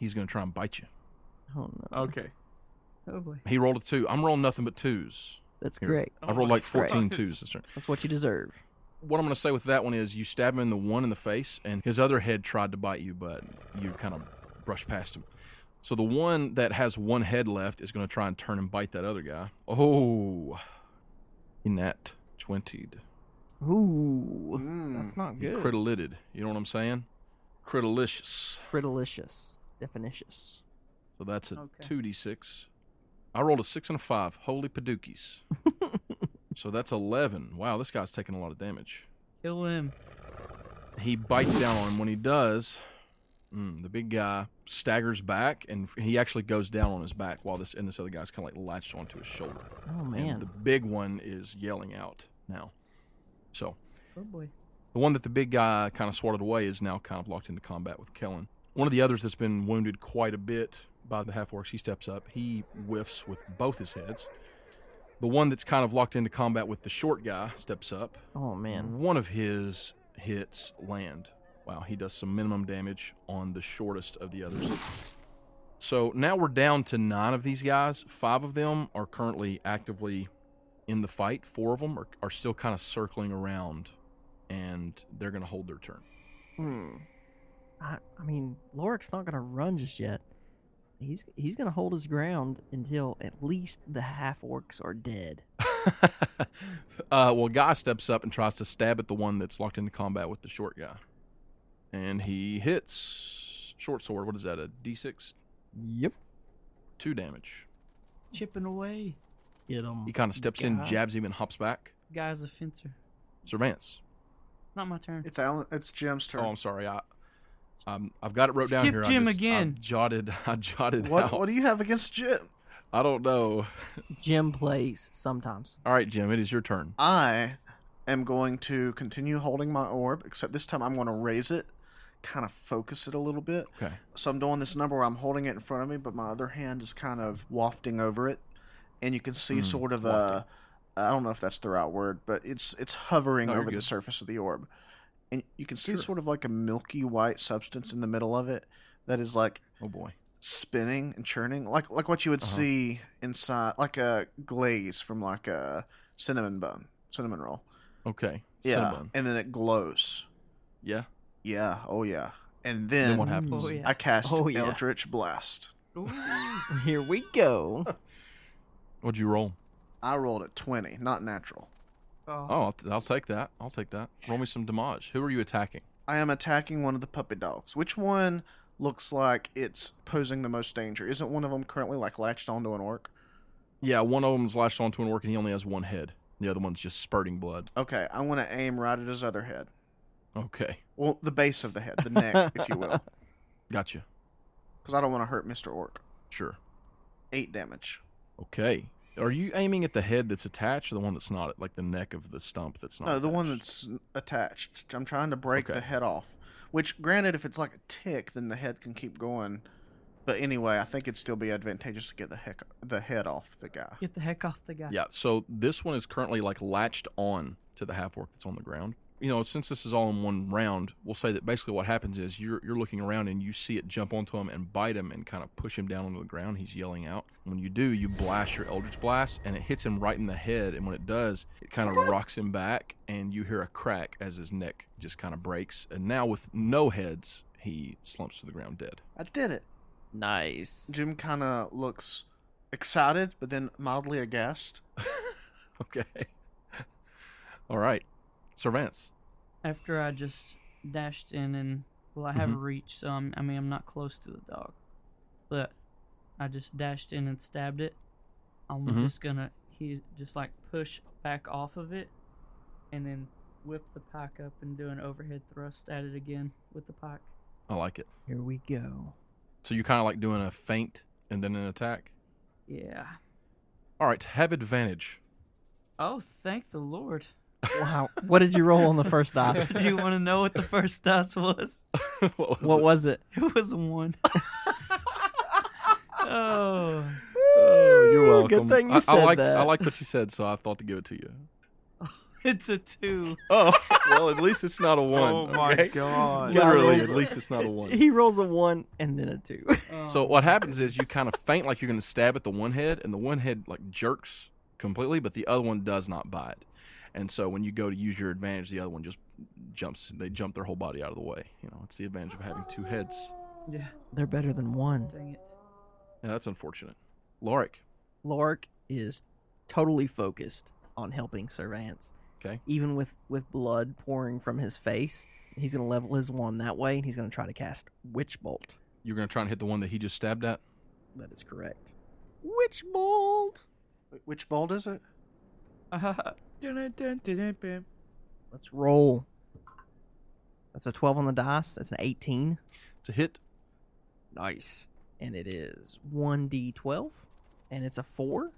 S2: he's gonna try and bite you.
S1: Oh no.
S5: okay.
S3: Oh boy.
S2: He rolled a two. I'm rolling nothing but twos.
S1: That's
S2: Here.
S1: great.
S2: I rolled like
S1: Oh, my
S2: 14
S5: gosh.
S2: twos this turn.
S1: That's what you deserve.
S2: What I'm gonna say with that one is you stab him in the one in the face, and his other head tried to bite you, but you kind of brush past him. So the one that has one head left is going to try and turn and bite that other guy. Oh, he nat 20'd.
S1: Ooh.
S4: Mm.
S1: That's not
S2: He
S1: good.
S2: critolitted. You know what I'm saying? Critolicious.
S1: Critalicious. Definitious.
S2: So that's a
S3: Okay.
S2: 2d6. I rolled a 6 and a 5. Holy padookies. so that's 11. Wow, this guy's taking a lot of damage.
S3: Kill him.
S2: he bites down on him. When he does, mm, the big guy staggers back, and he actually goes down on his back while this and this other guy's kind of like latched onto his shoulder.
S1: Oh
S2: And the
S1: man.
S2: big one is yelling out now. So
S3: Oh boy.
S2: the one that the big guy kind of swatted away is now kind of locked into combat with Kellen. One of the others that's been wounded quite a bit by the half orcs, he steps up. He whiffs with both his heads. The one that's kind of locked into combat with the short guy steps up
S1: Oh man.
S2: one of his hits land. Wow, he does some minimum damage on the shortest of the others. So now we're down to nine of these guys. Five of them are currently actively in the fight. Four of them are, are still kind of circling around, and they're going to hold their turn.
S1: Hmm. I, I mean, Lorik's not gonna run just yet. He's he's gonna hold his ground until at least the half orcs are dead.
S2: uh, well, Guy steps up and tries to stab at the one that's locked into combat with the short guy. And he hits short sword. What is that? A d6?
S1: Yep.
S2: Two damage.
S3: Chipping away.
S1: Get him.
S2: He kind of steps in,
S1: God.
S2: jabs him, and hops back.
S3: Guy's a fencer.
S2: Surveillance.
S3: Not my turn.
S4: It's Alan. It's Jim's turn.
S2: Oh, I'm sorry. I, um, I've got it wrote down
S3: Skip
S2: here.
S3: Jim
S2: I just,
S3: again.
S2: I jotted. I jotted
S4: what
S2: out.
S4: What do you have against Jim?
S2: I don't know.
S1: Jim plays sometimes.
S2: All right, Jim. It is your turn.
S4: I am going to continue holding my orb, except this time I'm going to raise it, kind of focus it a little bit.
S2: Okay.
S4: So I'm doing this number where I'm holding it in front of me, but my other hand is kind of wafting over it, and you can see
S2: Mm,
S4: sort of a. I don't know if that's the right word, but it's it's hovering
S2: No, Oh, you're
S4: over the
S2: good.
S4: surface of the orb, and you can see
S2: Sure.
S4: sort of like a milky white substance in the middle of it that is like
S2: Oh boy.
S4: spinning and churning, like like what you would
S2: Uh-huh.
S4: see inside, like a glaze from like a cinnamon bun, cinnamon roll.
S2: Okay.
S4: Yeah,
S2: Cinnabon.
S4: and then it glows.
S2: Yeah.
S4: Yeah, oh yeah. And then,
S2: Then what happens?
S3: Oh, yeah.
S4: I cast
S1: Oh, yeah.
S4: Eldritch Blast.
S1: Here we go.
S2: What'd you roll?
S4: I rolled at twenty, not natural.
S2: Oh, I'll, I'll take that. I'll take that. Roll me some damage. Who are you attacking?
S4: I am attacking one of the puppy dogs. Which one looks like it's posing the most danger? Isn't one of them currently like latched onto an orc?
S2: Yeah, one of them's lashed onto an orc and he only has one head. The other one's just spurting blood.
S4: Okay, I want to aim right at his other head.
S2: Okay.
S4: Well, the base of the head, the neck, if you will,
S2: Gotcha.
S4: because I don't want to hurt Mister Orc.
S2: Sure.
S4: Eight damage.
S2: Okay. Are you aiming at the head that's attached or the one that's not, like the neck of the stump that's not?
S4: no, the one
S2: attached?
S4: that's attached. I'm trying to break
S2: Okay.
S4: the head off. Which, granted, if it's like a tick, then the head can keep going. But anyway, I think it'd still be advantageous to get the heck the head off the guy.
S3: Get the heck off the guy.
S2: Yeah, so this one is currently like latched on to the half orc that's on the ground. You know, since this is all in one round, we'll say that basically what happens is you're you're looking around and you see it jump onto him and bite him and kind of push him down onto the ground. He's yelling out. When you do, you blast your Eldritch Blast and it hits him right in the head. And when it does, it kind of rocks him back and you hear a crack as his neck just kind of breaks. And now with no heads, he slumps to the ground dead.
S4: I did it.
S1: Nice.
S4: Jim kind of looks excited, but then mildly aghast.
S2: Okay. all right. Servance.
S3: After I just dashed in and well, I
S2: Mm-hmm.
S3: have reach, so I'm, I mean I'm not close to the dog, but I just dashed in and stabbed it. I'm
S2: Mhm.
S3: just gonna he just like push back off of it, and then whip the pike up and do an overhead thrust at it again with the pike.
S2: I like it.
S1: Here we go.
S2: So you're kind of like doing a feint and then an attack.
S3: Yeah.
S2: All right, have advantage.
S3: Oh, thank the Lord.
S1: Wow. What did you roll on the first dice?
S3: Do you want to know what the first dice was?
S2: what was
S1: What
S2: it?
S1: was it?
S3: It was a one. oh,
S2: Oh, you're
S1: Woo,
S2: welcome.
S1: good thing you
S2: I, I
S1: said
S2: liked,
S1: that.
S2: I liked what you said, so I thought to give it to you.
S3: it's a two.
S2: Oh, well, at least it's not a one.
S5: Oh my
S2: okay?
S5: god.
S1: God.
S2: Literally,
S1: Guys.
S2: at least it's not a one.
S1: He rolls a one and then a two.
S2: So what happens is you kind of feint like you're going to stab at the one head, and the one head like jerks completely, but the other one does not bite. And so when you go to use your advantage, the other one just jumps. They jump their whole body out of the way. You know, it's the advantage of having two heads.
S3: Yeah.
S1: They're better than one.
S3: Dang it.
S2: Yeah, that's unfortunate. Lorik,
S1: Lorik is totally focused on helping Servants.
S2: Okay.
S1: Even with with blood pouring from his face, he's going to level his wand that way, and he's going to try to cast Witch Bolt.
S2: you're going to try and hit the one that he just stabbed at.
S1: That is correct. Witch Bolt.
S4: Which bolt is it?
S1: Let's roll. That's a twelve on the dice. That's an eighteen.
S2: It's a hit.
S1: Nice. And it is one d twelve, and it's a four.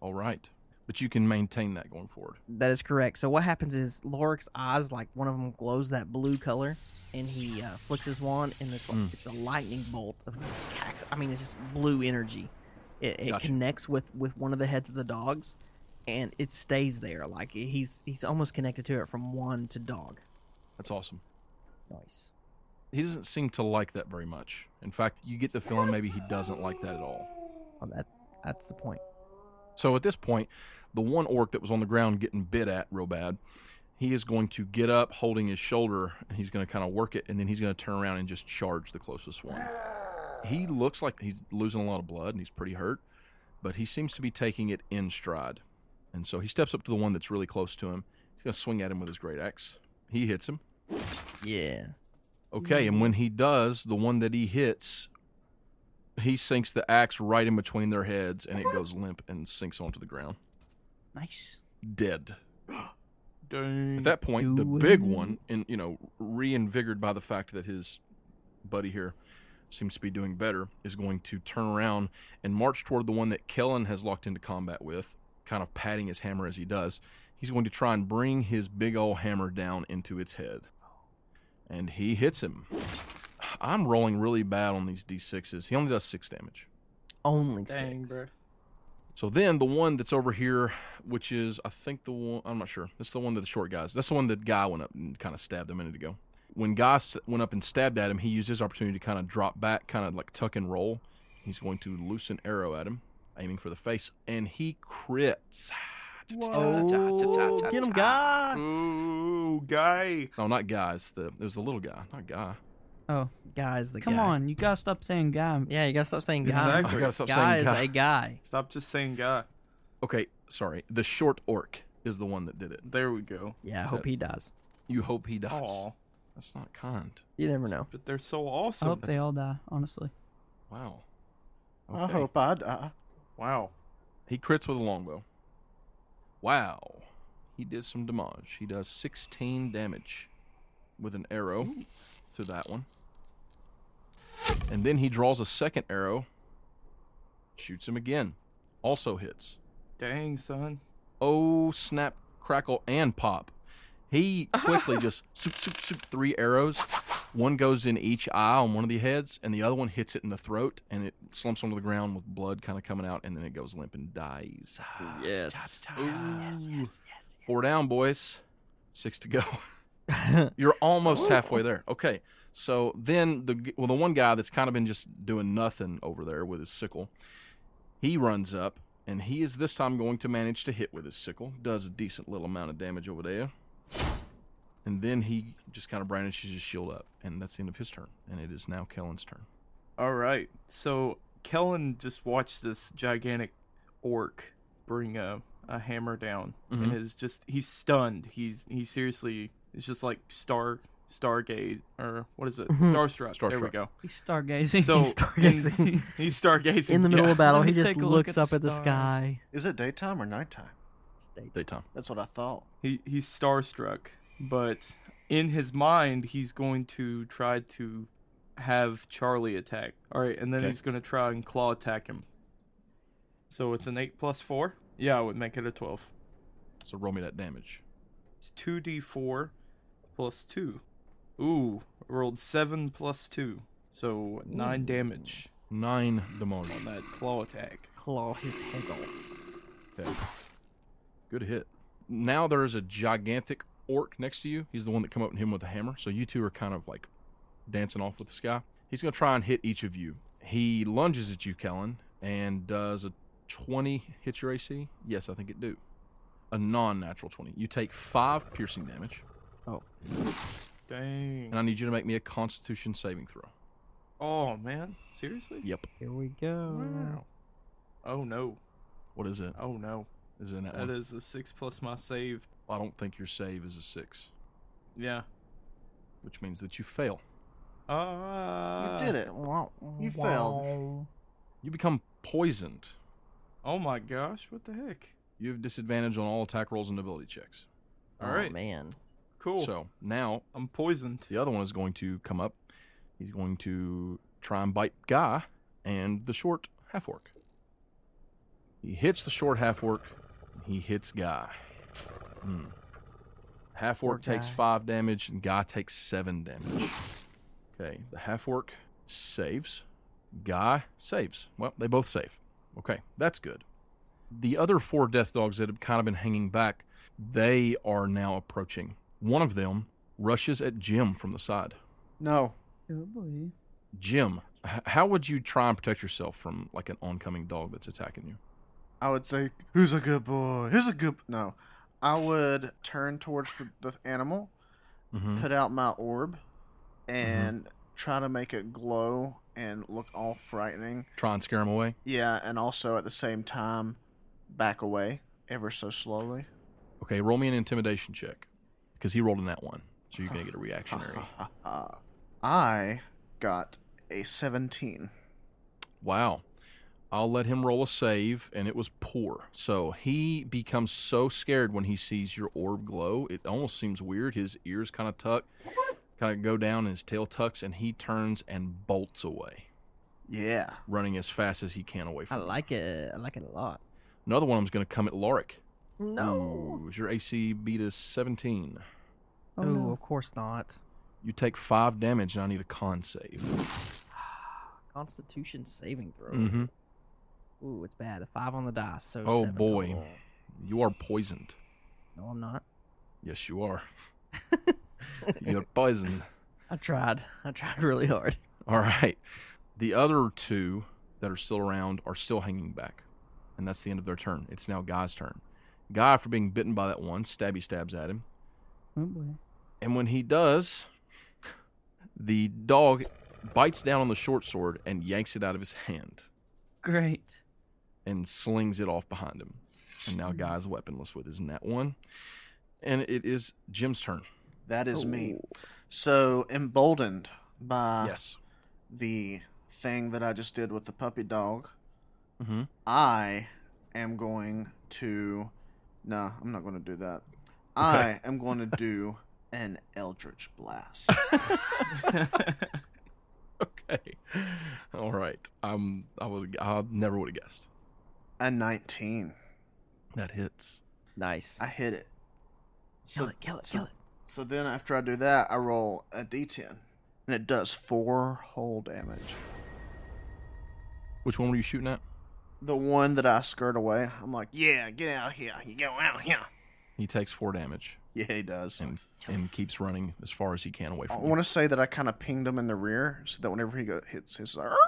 S2: All right. But you can maintain that going forward.
S1: That is correct. So what happens is Lorik's eyes, like one of them glows that blue color, and he uh, flicks his wand, and it's like,
S3: Hmm.
S2: Mm.
S1: it's a lightning bolt of cac- I mean, it's just blue energy. It, it
S2: Gotcha.
S1: connects with with one of the heads of the dogs, and it stays there. Like he's he's almost connected to it from wand to dog.
S2: That's awesome.
S1: Nice.
S2: He doesn't seem to like that very much. In fact, you get the feeling maybe he doesn't like that at all.
S1: Well, Oh, that that's the point.
S2: So at this point, the one orc that was on the ground getting bit at real bad, he is going to get up holding his shoulder and he's going to kind of work it and then he's going to turn around and just charge the closest one. He looks like he's losing a lot of blood and he's pretty hurt, but he seems to be taking it in stride. And so he steps up to the one that's really close to him. He's going to swing at him with his great axe. He hits him.
S1: Yeah.
S2: Okay, and when he does, the one that he hits, he sinks the axe right in between their heads and it goes limp and sinks onto the ground.
S3: nice.
S2: Dead.
S5: Dang.
S2: At that point, the big one, and you know, reinvigorated by the fact that his buddy here seems to be doing better, is going to turn around and march toward the one that Kellen has locked into combat with, kind of patting his hammer as he does. He's going to try and bring his big old hammer down into its head. And he hits him. I'm rolling really bad on these d6s. He only does six damage.
S1: Only
S5: Dang,
S1: six.
S5: bro.
S2: So then the one that's over here, which is I think the one I'm not sure. It's the one that the short guys. That's the one that guy went up and kind of stabbed a minute ago. when Guy s- went up and stabbed at him, he used his opportunity to kind of drop back, kind of like tuck and roll. He's going to loose an arrow at him, aiming for the face, and he crits.
S1: Oh, get him, guy.
S5: Ooh, guy.
S2: No, not guys. The it was the little guy, not guy.
S3: Oh,
S1: Guy's the
S3: come
S1: guy.
S3: on! You gotta stop saying guy.
S1: Yeah, you gotta stop saying guy.
S5: Exactly.
S2: I gotta Oh, stop
S1: Guy
S2: saying
S1: is
S2: guy.
S1: a guy.
S5: Stop just saying guy.
S2: Okay, sorry. The short orc is the one that did it.
S5: There we go.
S1: Yeah, I
S2: Is
S1: hope
S2: that-
S1: he dies.
S2: You hope he dies.
S5: Aw,
S2: That's not kind.
S1: You never know.
S5: but they're so
S3: I
S5: awesome.
S3: hope they all die. Honestly,
S2: Wow.
S4: I hope I die.
S5: Wow.
S2: He crits with a longbow. Wow. He did some damage. He does 16 damage with an arrow to that one. And then he draws a second arrow, shoots him again. Also hits.
S5: Dang, son.
S2: Oh, snap, crackle, and pop. He quickly just soup, soup, soup, three arrows. One goes in each eye on one of the heads, and the other one hits it in the throat, and it slumps onto the ground with blood kind of coming out, and then it goes limp and dies.
S1: Yes.
S2: yes, yes, yes. Four down, boys. Six to go. You're almost halfway there. Okay. So then the g- well the one guy that's kind of been just doing nothing over there with his sickle, he runs up and he is this time going to manage to hit with his sickle. Does a decent little amount of damage over there. And then he just kind of brandishes his shield up, and that's the end of his turn. And it is now Kellen's turn.
S5: All right. So Kellen just watched this gigantic orc bring a, a hammer down and
S1: Mm-hmm.
S2: Mhm.
S5: is just he's stunned. He's he seriously is just like star stargate or what is it?
S1: Mm-hmm.
S5: Starstruck. There we
S2: Starstruck.
S5: go.
S3: he's stargazing.
S5: So
S3: He's
S1: stargazing.
S5: He's stargazing
S1: In the middle
S5: yeah.
S1: of battle,
S3: Let
S1: he
S3: me
S1: just
S3: take a look
S1: looks
S3: at
S1: up
S3: the
S1: at the
S3: stars.
S1: sky.
S4: Is it daytime or nighttime?
S2: Daytime.
S4: That's what I thought.
S5: He he's starstruck, but in his mind he's going to try to have Charlie attack. All right, and then
S2: Okay.
S5: he's going to try and claw attack him. So it's an 8 plus 4. Yeah, I would make it a 12.
S2: So roll me that damage.
S5: It's 2d4 plus 2. Ooh, I rolled 7 plus 2. So 9 damage
S2: Nine damage.
S5: on that claw attack.
S1: Claw his head off.
S2: Okay. Good hit. Now there is a gigantic orc next to you. He's the one that come up to him with a hammer. So you two are kind of like dancing off with this guy. He's gonna try and hit each of you. He lunges at you, Kellen, and does a twenty hit your AC. Yes, I think it do. A non-natural twenty. You take five piercing damage, and
S5: Dang.
S2: I need you to make me a Constitution saving throw.
S5: Oh, man. Seriously?
S2: Yep.
S3: Here we go.
S5: Oh, no.
S2: What is it?
S5: Oh, no.
S2: Is it an
S4: Uh-uh.
S5: That is a 6 plus my save.
S2: I don't think your save is a six,
S5: Yeah.
S2: which means that you fail.
S5: Uh,
S4: You did it. You failed.
S2: You become poisoned.
S5: Oh, my gosh. What the heck?
S2: You have disadvantage on all attack rolls and ability checks.
S5: All
S1: oh,
S5: right.
S1: man.
S5: Cool.
S2: So now
S5: I'm poisoned.
S2: the other one is going to come up. He's going to try and bite Guy and the short half orc. He hits the short half orc. He hits Guy. Hmm. Half orc
S1: Poor
S2: takes
S1: guy.
S2: five damage and Guy takes seven damage. Okay, the half orc saves. Guy saves. Well, they both save. Okay, that's good. The other four death dogs that have kind of been hanging back, they are now approaching. One of them rushes at Jim from the side.
S4: No.
S3: Oh boy.
S2: Jim, h- how would you try and protect yourself from like an oncoming dog that's attacking you?
S4: I would say, who's a good boy? Who's a good. No. I would turn towards the, the animal,
S2: Mm-hmm.
S4: put out my orb, and try to make it glow and look all frightening.
S2: Try and scare him away.
S4: Yeah, and also at the same time, back away ever so slowly.
S2: Okay, roll me an intimidation check because he rolled in that one, so you're gonna get a reactionary.
S4: I got a 17.
S2: Wow. I'll let him roll a save, and it was poor. So he becomes so scared when he sees your orb glow. It almost seems weird. His ears kind of tuck, kind of go down, and his tail tucks, and he turns and bolts away,
S4: Yeah.
S2: running as fast as he can away
S1: I
S2: from. you.
S1: like it. I like it a lot.
S2: Another one of them's going to come at Lorik.
S1: No.
S2: Ooh, is your AC beat us 17?
S3: Oh,
S1: Oh,
S3: no.
S1: of course not.
S2: You take five damage, and I need a con save.
S1: Constitution saving throw.
S2: hmm
S1: Ooh, it's bad. A five on the dice. So
S2: Oh,
S1: seven
S2: boy.
S1: total.
S2: You are poisoned.
S1: No, I'm not.
S2: Yes, you are. You're poisoned.
S1: I tried. I tried really hard.
S2: All right. The other two that are still around are still hanging back. And that's the end of their turn. It's now Guy's turn. Guy, after being bitten by that one, stabby stabs at him.
S3: Oh boy.
S2: And when he does, the dog bites down on the short sword and yanks it out of his hand
S3: Great.
S2: and slings it off behind him. And now Guy's weaponless with his net one. And it is Jim's turn.
S4: That is me. So emboldened by
S2: Oh. yes.
S4: the thing that I just did with the puppy dog,
S2: Mm-hmm.
S4: I am going to. No, I'm not going to do that. I am going to do an Eldritch Blast.
S2: Okay. All right. I'm. I would. I never would have guessed.
S4: a 19.
S2: That hits.
S1: Nice.
S4: I hit it.
S1: kill it. Kill it.
S4: so-
S1: Kill it.
S4: So then after I do that, I roll a d10. And it does four whole damage.
S2: Which one were you shooting at?
S4: The one that I skirt away, I'm like, yeah, get out of here. You go out here.
S2: He takes four damage
S4: Yeah, he does.
S2: and and keeps running as far as he can away
S4: I
S2: from. you.
S4: want to say that I kind of pinged him in the rear so that whenever he go, hits, he's like, "Arr!"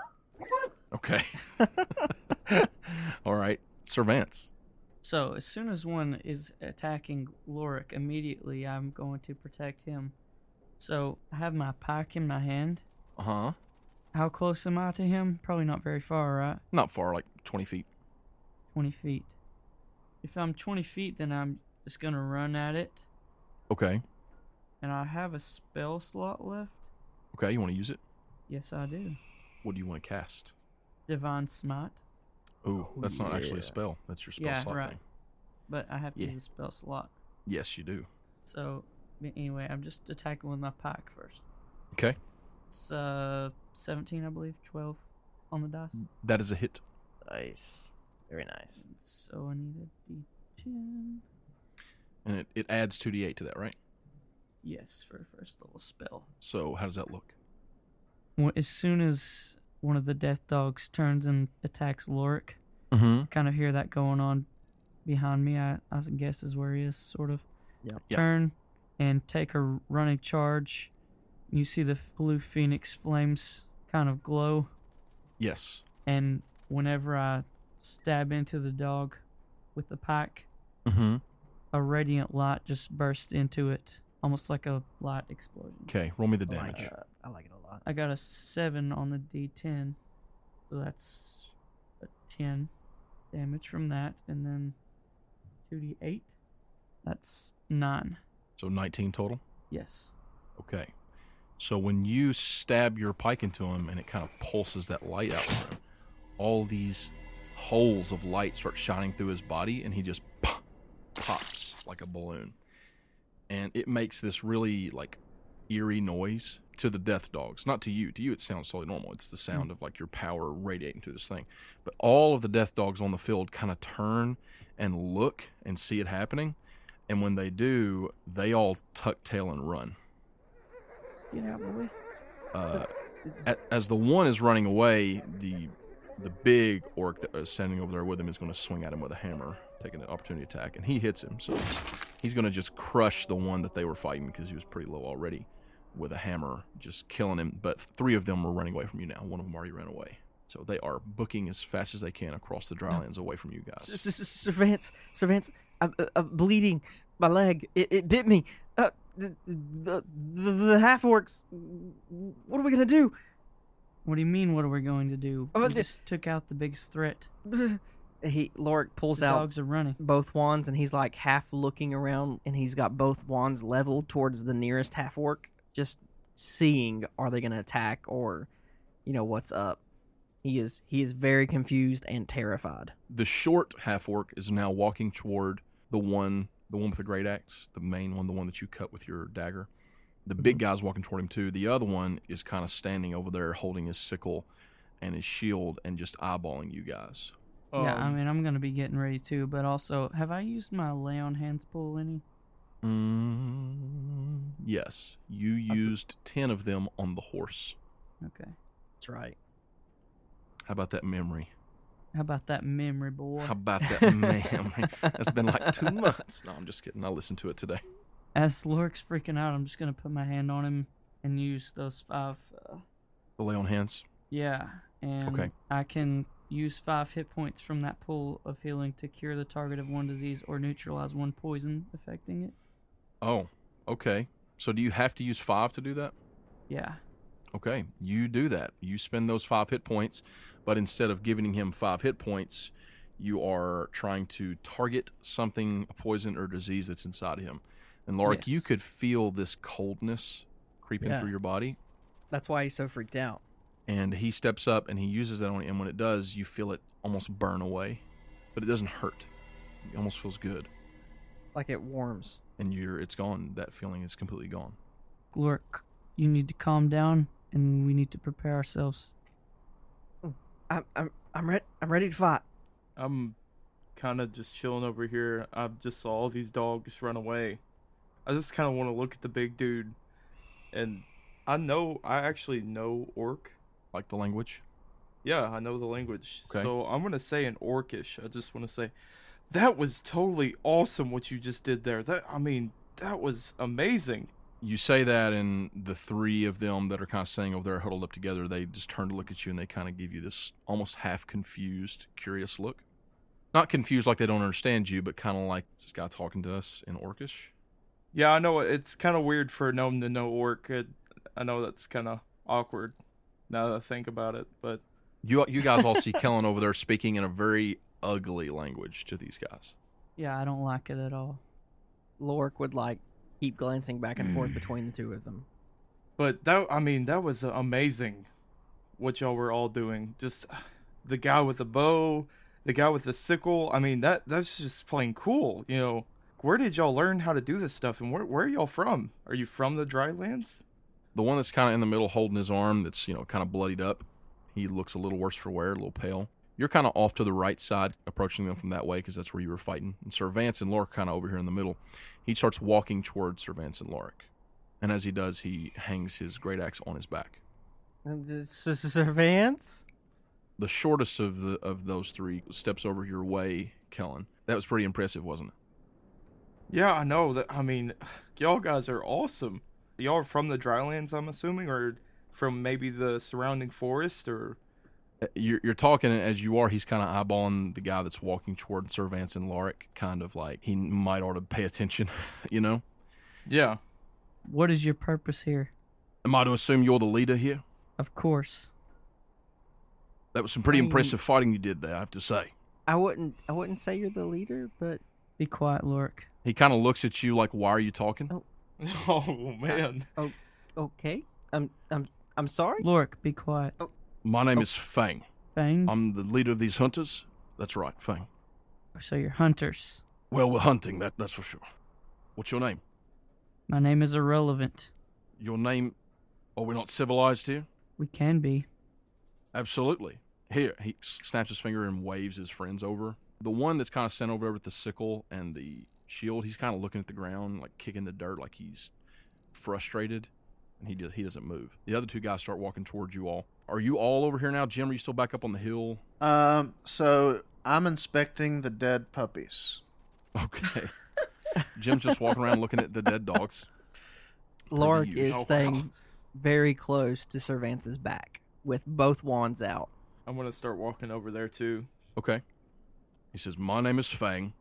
S2: Okay. All right, Servance.
S3: So as soon as one is attacking Lorik, immediately I'm going to protect him. So I have my pike in my hand.
S2: Uh huh.
S3: How close am I to him? Probably not very far, right?
S2: Not far, like twenty feet.
S3: 20 feet. If I'm 20 feet, then I'm just going to run at it.
S2: Okay.
S3: And I have a spell slot left.
S2: Okay. You want to use it?
S3: Yes, I do.
S2: What do you want to cast?
S3: Divine Smite.
S2: Ooh,
S1: Oh,
S2: that's not actually
S1: yeah.
S2: a spell. That's your spell
S3: Yeah,
S2: slot
S3: right.
S2: thing.
S3: But I have to
S2: Yeah.
S3: use a spell slot.
S2: Yes, you do.
S3: So, but anyway, I'm just attacking with my pike first.
S2: Okay.
S3: It's uh, 17, I believe, 12 on the dice.
S2: That is a hit.
S1: Nice. Very nice.
S3: So I need a d10.
S2: And it, it adds 2d8 to that, right?
S3: Yes, for a first level spell.
S2: So how does that look?
S3: Well, as soon as one of the death dogs turns and attacks Lorik,
S2: Mm hmm.
S3: kind of hear that going on behind me. I, I guess is where he is, sort of.
S1: Yeah.
S2: Yeah.
S3: Turn and take a running charge. You see the blue phoenix flames kind of glow,
S2: Yes.
S3: and whenever I stab into the dog with the pike,
S2: Mm hmm.
S3: a radiant light just bursts into it, almost like a light explosion.
S2: Okay. Roll me the
S1: I like
S2: damage.
S1: it. I like it a lot.
S3: I got a seven on the D10, so that's a ten damage from that, and then two D8. That's nine.
S2: So 19 total.
S3: Yes.
S2: Okay. So when you stab your pike into him and it kind of pulses that light out from him, all these holes of light start shining through his body and he just pop, pops like a balloon. And it makes this really like eerie noise to the death dogs. Not to you. To you it sounds totally normal. It's the sound of like your power radiating through this thing. But all of the death dogs on the field kind of turn and look and see it happening. And when they do, they all tuck tail and run.
S3: Get out, boy.
S2: Uh, a- as the one is running away, the the big orc that is standing over there with him is going to swing at him with a hammer, taking an opportunity attack, and he hits him. So he's going to just crush the one that they were fighting because he was pretty low already with a hammer, just killing him. But three of them are running away from you now. One of them already ran away. So they are booking as fast as they can across the drylands away from you guys.
S1: S- s- s- Servants, servants, I'm, uh, I'm bleeding. My leg, it, it bit me. Uh, the, the, the, the half orcs. What are we gonna do?
S3: What do you mean? What are we going to do?
S1: Oh,
S3: we
S1: the-
S3: just took out the biggest threat.
S1: He Lorik pulls
S3: The
S1: out
S3: dogs are running.
S1: both wands and he's like half looking around and he's got both wands leveled towards the nearest half orc, just seeing are they gonna attack or, you know, what's up. He is he is very confused and terrified.
S2: the short half orc is now walking toward the one the one with the great axe the main one the one that you cut with your dagger the big guy's walking toward him too the other one is kind of standing over there holding his sickle and his shield and just eyeballing you guys
S3: yeah, I
S5: Um,
S3: mean, I'm gonna be getting ready too, but also, have I used my lay on hands pool any?
S2: mm, yes you used 10 of them on the horse
S3: Okay.
S1: That's right.
S2: how about that memory
S3: How about that memory, boy?
S2: how about that memory that's been like two months no i'm just kidding i listened to it today
S3: As Lorik's freaking out, I'm just gonna put my hand on him and use those five. Uh,
S2: The lay on hands.
S3: yeah, and
S2: Okay.
S3: I can use five hit points from that pool of healing to cure the target of one disease or neutralize one poison affecting it.
S2: Oh, okay. So do you have to use five to do that?
S3: Yeah,
S2: Okay, you do that. You spend those five hit points, but instead of giving him five hit points, you are trying to target something, a poison or disease that's inside him. And Lark, you
S3: Yes.
S2: could feel this coldness creeping
S1: Yeah.
S2: through your body.
S1: That's why he's so freaked out.
S2: And he steps up and he uses that on you. And when it does, you feel it almost burn away, but it doesn't hurt. It almost feels good.
S1: Like it warms.
S2: And you're, it's gone. That feeling is completely gone.
S3: Glork, you need to calm down, and we need to prepare ourselves.
S1: I'm I'm I'm ready. I'm ready to fight.
S5: I'm kind of just chilling over here. I just saw all these dogs run away. I just kind of want to look at the big dude. And I know, I actually know orc.
S2: Like the language?
S5: Yeah, I know the language.
S2: Okay.
S5: So I'm going to say in orcish. I just want to say, that was totally awesome what you just did there. That, I mean, that was amazing.
S2: you say that, and the three of them that are kind of standing over there huddled up together, they just turn to look at you and they kind of give you this almost half confused, curious look. Not confused like they don't understand you, but kind of like "Is this guy talking to us in Orcish.
S5: Yeah, I know it's kind of weird for a gnome to know orc. It, I know that's kind of awkward now that I think about it, but
S2: You you guys all see Kellen over there speaking in a very ugly language to these guys.
S3: Yeah, I don't like it at all.
S1: Lork would like keep glancing back and forth between the two of them.
S5: But that, I mean, that was amazing what y'all were all doing. Just uh, the guy with the bow, the guy with the sickle. I mean, that that's just plain cool. You know, where did y'all learn how to do this stuff and where, where are y'all from? Are you from the drylands?
S2: The one that's kind of in the middle holding his arm that's, you know, kind of bloodied up. He looks a little worse for wear, a little pale. You're kind of off to the right side, approaching them from that way because that's where you were fighting. And Sir Vance and Lorik kind of over here in the middle. He starts walking towards Sir Vance and Lorik. And as he does, he hangs his great axe on his back.
S1: Uh, Servants.
S2: The shortest of the of those three steps over your way, Kellen. That was pretty impressive, wasn't it?
S5: Yeah, I know that. I mean, y'all guys are awesome. Y'all are from the drylands, I'm assuming, or from maybe the surrounding forest, or
S2: Uh, you're, you're talking and as you are. He's kind of eyeballing the guy that's walking toward Sir Vance and Lorik, kind of like he might ought to pay attention, you know.
S5: yeah.
S3: What is your purpose here?
S2: Am I to assume you're the leader here?
S3: Of course.
S2: That was some pretty
S1: I mean-
S2: impressive fighting you did there, I have to say.
S1: I wouldn't. I wouldn't say you're the leader, but
S3: Be quiet, Lork.
S2: He kind of looks at you like, "Why are you talking?"
S1: Oh.
S5: Oh man.
S1: okay. I'm. I'm. I'm sorry.
S3: Lork, be quiet.
S2: My name is Fang.
S3: Fang,
S2: I'm the leader of these hunters. That's right, Fang.
S3: so you're hunters.
S2: Well, we're hunting. That that's for sure. What's your name?
S3: My name is irrelevant.
S2: Your name? Are we not civilized here?
S3: We can be.
S2: Absolutely. Here, he s- snaps his finger and waves his friends over. The one that's kind of sent over there with the sickle and the shield, he's kind of looking at the ground, like kicking the dirt, like he's frustrated, and he does he doesn't move. The other two guys start walking towards you all. Are you all over here now, Jim? Are you still back up on the hill?
S4: Um, so I'm inspecting the dead puppies.
S2: Okay. Jim's just walking around looking at the dead dogs.
S1: Lork
S2: you.
S1: is
S2: Oh, wow.
S1: staying very close to Servance's back with both wands out.
S5: I'm gonna start walking over there too.
S2: Okay. He says, "My name is Fang.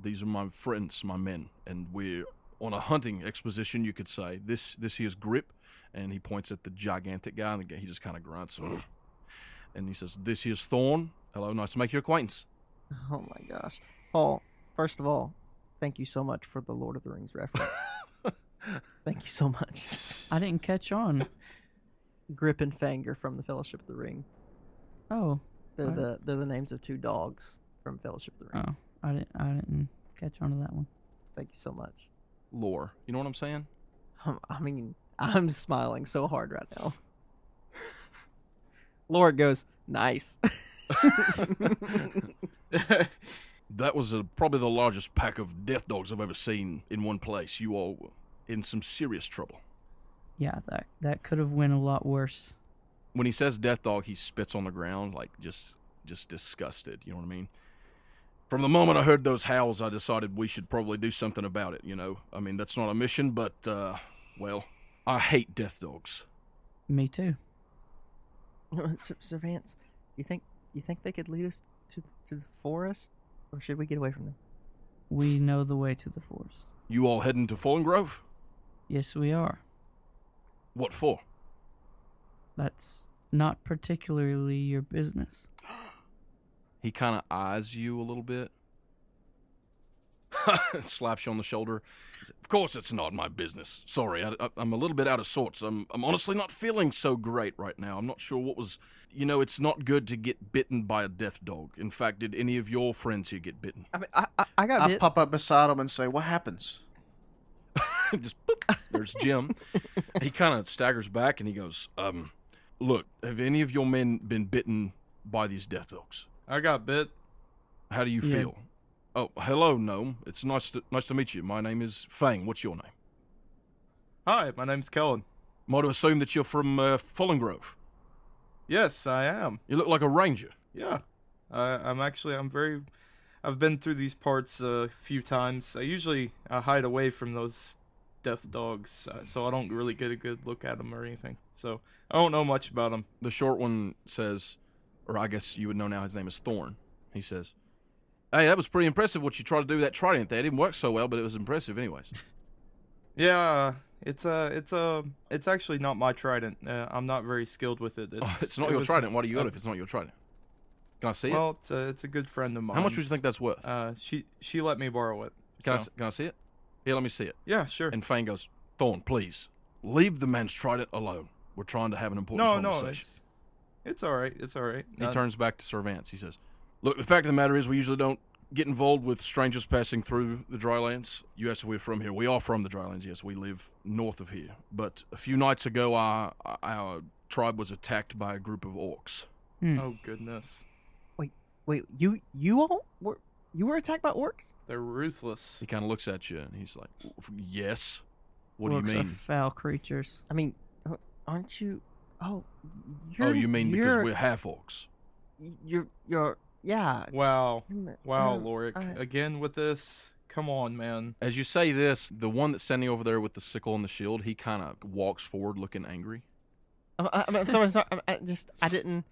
S2: These are my friends, my men, and we're on a hunting exposition, you could say. This this here is Grip, and he points at the gigantic guy, and the guy, he just kind of grunts, "Ugh." and he says, "This here's Thorn. Hello, nice to make your acquaintance."
S1: Oh my gosh, Paul. First of all, thank you so much for the Lord of the Rings reference. thank you so much.
S3: I didn't catch on.
S1: Grip and Fanger from the Fellowship of the Ring.
S3: Oh,
S1: They're
S3: Alright.
S1: the they're the names of two dogs from Fellowship of the Ring.
S3: oh, I didn't. I didn't catch on to that one.
S1: Thank you so much.
S2: Lore, you know what I'm saying?
S1: Um, I mean, I'm smiling so hard right now. Laura goes, nice.
S2: That was uh probably the largest pack of death dogs I've ever seen in one place. You all were in some serious trouble.
S3: Yeah, that that could have went a lot worse.
S2: when he says death dog, he spits on the ground, like just just disgusted. You know what I mean? From the moment I heard those howls, I decided we should probably do something about it. You know, I mean that's not a mission, but uh, well, I hate death dogs.
S3: Me too.
S1: Sir, Sir Vance, you think you think they could lead us to to the forest, or should we get away from them?
S3: We know the way to the forest.
S2: You all heading to Fallen Grove?
S3: Yes, we are.
S2: What for?
S3: That's not particularly your business.
S2: He kind of eyes you a little bit. Slaps you on the shoulder. He said, Of course, it's not my business. Sorry, I, I, I'm a little bit out of sorts. I'm, I'm honestly not feeling so great right now. I'm not sure what was. You know, it's not good to get bitten by a death dog. In fact, did any of your friends here get bitten?
S1: I mean, I I, I got
S4: I
S1: bit.
S4: pop up beside him and say, "What happens?"
S2: Just boop, there's Jim. he kind of staggers back and he goes, "Um, look, have any of your men been bitten by these death dogs?
S5: I got bit.
S2: How do you
S3: Yeah.
S2: feel?" Oh, hello, gnome. It's nice to nice to meet you. My name is Fang. What's your name?
S5: Hi, my name's Kellen.
S2: Am I to assume that you're from uh, Fallen Grove?
S5: Yes, I am.
S2: You look like a ranger.
S5: Yeah, I, I'm actually. I'm very. I've been through these parts a few times. I usually I hide away from those death dogs, uh, so I don't really get a good look at them or anything. So I don't know much about them.
S2: The short one says, or I guess you would know now his name is Thorn. He says, Hey, that was pretty impressive what you tried to do with that trident there. It didn't work so well, but it was impressive, anyways.
S5: Yeah, uh, it's a, it's a, it's actually not my trident. Uh, I'm not very skilled with it. It's,
S2: Oh, It's, it's not
S5: it
S2: your
S5: was-
S2: trident. Why do you got
S5: uh,
S2: it if it's not your trident? Can I see
S5: Well, it's a, it's a good friend of
S2: it?
S5: mine.
S2: How much would you think that's worth?
S5: Uh, she she let me borrow it.
S2: can, I,
S5: so-
S2: s- can I see it? Here, let me see it.
S5: Yeah, sure.
S2: And Fang goes, Thorn, please, leave the man's trident alone. We're trying to have an important
S5: no, no,
S2: conversation.
S5: it's, it's all right. It's all right.
S2: He
S5: Uh,
S2: turns back to Sir Vance. He says, Look, the fact of the matter is, we usually don't get involved with strangers passing through the drylands. You asked if we're from here. We are from the drylands, yes. We live north of here. But a few nights ago, our, our tribe was attacked by a group of orcs.
S3: Hmm.
S5: Oh goodness,
S1: Wait, you you all were you were attacked by orcs?
S5: they're ruthless.
S2: He kind of looks at you and he's like, Yes? What
S3: Orcs
S2: do you
S3: Are
S2: mean?
S3: foul creatures.
S1: I mean, uh, aren't you? Oh, you're,
S2: Oh, you mean because
S1: you're-
S2: we're half orcs?
S1: you're you're yeah.
S5: Wow, wow,
S1: No,
S5: Lorik,
S1: I-
S5: again with this. Come on, man.
S2: As you say this, the one that's standing over there with the sickle and the shield, he kind of walks forward looking angry.
S1: I'm, I'm, I'm sorry, I'm sorry. I'm, I just I didn't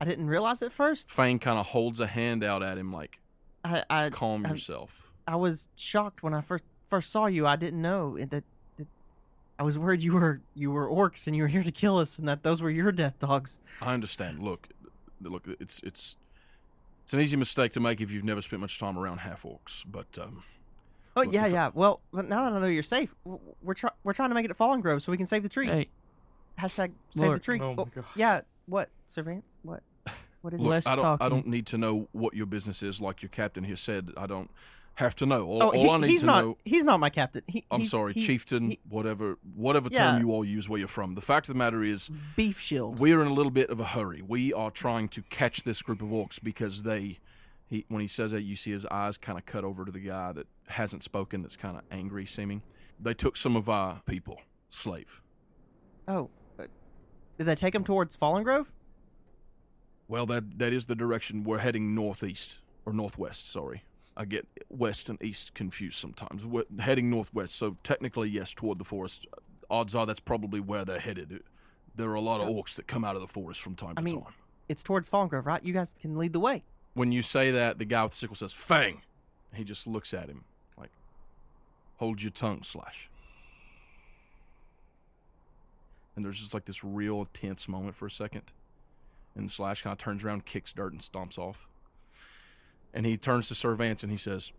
S1: I didn't realize at first.
S2: Fang kind of holds a hand out at him like,
S1: I I,
S2: Calm
S1: I'm-
S2: yourself.
S1: I was shocked when I first first saw you. I didn't know it- that, that I was worried you were you were orcs and you were here to kill us and that those were your death dogs.
S2: I understand. Look, look, it's it's it's an easy mistake to make if you've never spent much time around half orcs. But um,
S1: Oh
S2: Well,
S1: yeah,
S2: if-
S1: yeah. Well, but now that I know you're safe, w- we're try- we're trying to make it to Fallen Grove so we can save the tree.
S3: Hey,
S1: Hashtag save the
S3: Lord.
S1: tree.
S5: Oh my
S1: Oh,
S5: gosh.
S1: yeah. What, Sir Vance? What? What is
S2: look,
S3: less
S2: I don't I
S3: talking.
S2: don't need to know what your business is. Like your captain here said, I don't have to know. All,
S1: Oh,
S2: all
S1: he-
S2: I need
S1: he's
S2: to
S1: not.
S2: know.
S1: He's not my captain. He,
S2: I'm
S1: he's-
S2: sorry,
S1: he-
S2: chieftain,
S1: he-
S2: whatever whatever
S1: Yeah.
S2: term you all use where you're from. The fact of the matter is,
S1: beef shield.
S2: we're in a little bit of a hurry. We are trying to catch this group of orcs because they. He, when he says that, you see his eyes kind of cut over to the guy that hasn't spoken, that's kind of angry seeming. They took some of our people, slave.
S1: oh, uh, did they take him towards Fallen Grove?
S2: Well, that that is the direction we're heading northeast or northwest. Sorry, I get west and east confused sometimes. We're heading northwest, so technically yes, toward the forest. Odds are that's probably where they're headed. There are a lot of orcs that come out of the forest from time
S1: I
S2: to
S1: mean-
S2: time.
S1: It's towards Fallen Grove, right? You guys can lead the way.
S2: When you say that, the guy with the sickle says "Fang." He just looks at him like, "Hold your tongue, Slash." And there's just like this real tense moment for a second, and Slash kind of turns around, kicks dirt, and stomps off. And he turns to Sir Vance and he says,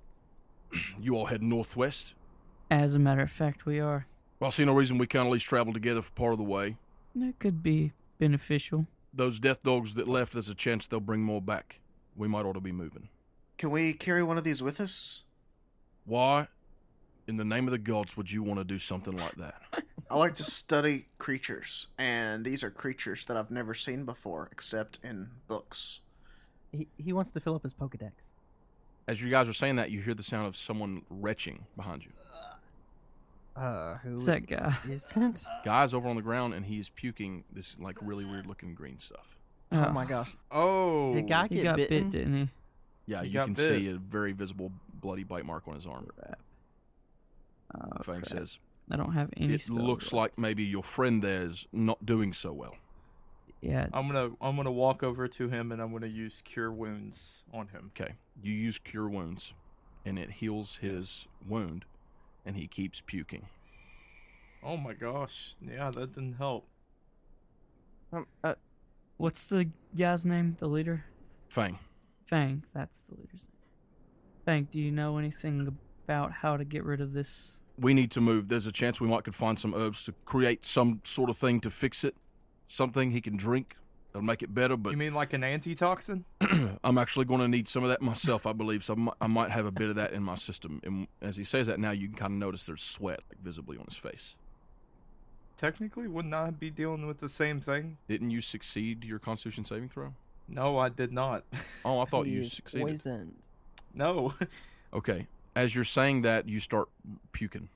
S2: "You all head northwest.
S3: as a matter of fact, we are.
S2: Well, I see no reason we can't at least travel together for part of the way.
S3: That could be beneficial.
S2: Those death dogs that left, there's a chance they'll bring more back. We might ought to be moving."
S4: Can we carry one of these with us?
S2: Why in the name of the gods would you want to do something like that?
S4: I like to study creatures, and these are creatures that I've never seen before, except in books.
S1: He, he wants to fill up his Pokedex.
S2: As you guys are saying that, you hear the sound of someone retching behind you.
S1: Uh, who
S3: It's that guy.
S1: is it?
S2: Guy's over on the ground and he is puking this like really weird looking green stuff.
S1: Oh my gosh!
S5: Oh,
S1: Did guy
S3: He
S1: get
S3: got
S1: bitten?
S3: bit, didn't he?
S2: Yeah,
S5: He
S2: you
S5: got
S2: can
S5: bit.
S2: see a very visible bloody bite mark on his arm.
S3: Crap. Oh,
S2: Fang
S3: crap.
S2: says,
S3: I don't have any.
S2: it
S3: spells
S2: looks
S3: left.
S2: like maybe your friend there's not doing so well.
S3: Yeah.
S5: I'm gonna I'm gonna walk over to him and I'm gonna use cure wounds on him.
S2: Okay. You use cure wounds and it heals his wound and he keeps puking.
S5: Oh my gosh. Yeah, that didn't help.
S1: Um, uh,
S3: What's the guy's name? The leader?
S2: Fang.
S3: Fang. That's the leader's name. Fang, do you know anything about how to get rid of this?
S2: We need to move. There's a chance we might could find some herbs to create some sort of thing to fix it. Something he can drink. That'll make it better, but
S5: you mean like an antitoxin?
S2: I'm actually going to need some of that myself, I believe. So I might, I might have a bit of that in my system. And as he says that now, you can kind of notice there's sweat like, visibly on his face.
S5: Technically, wouldn't I be dealing with the same thing?
S2: Didn't you succeed your Constitution saving throw?
S5: No, I did not.
S2: Oh, I thought
S1: he
S2: you
S1: is
S2: succeeded.
S1: Poisoned.
S5: no.
S2: Okay. As you're saying that, you start puking.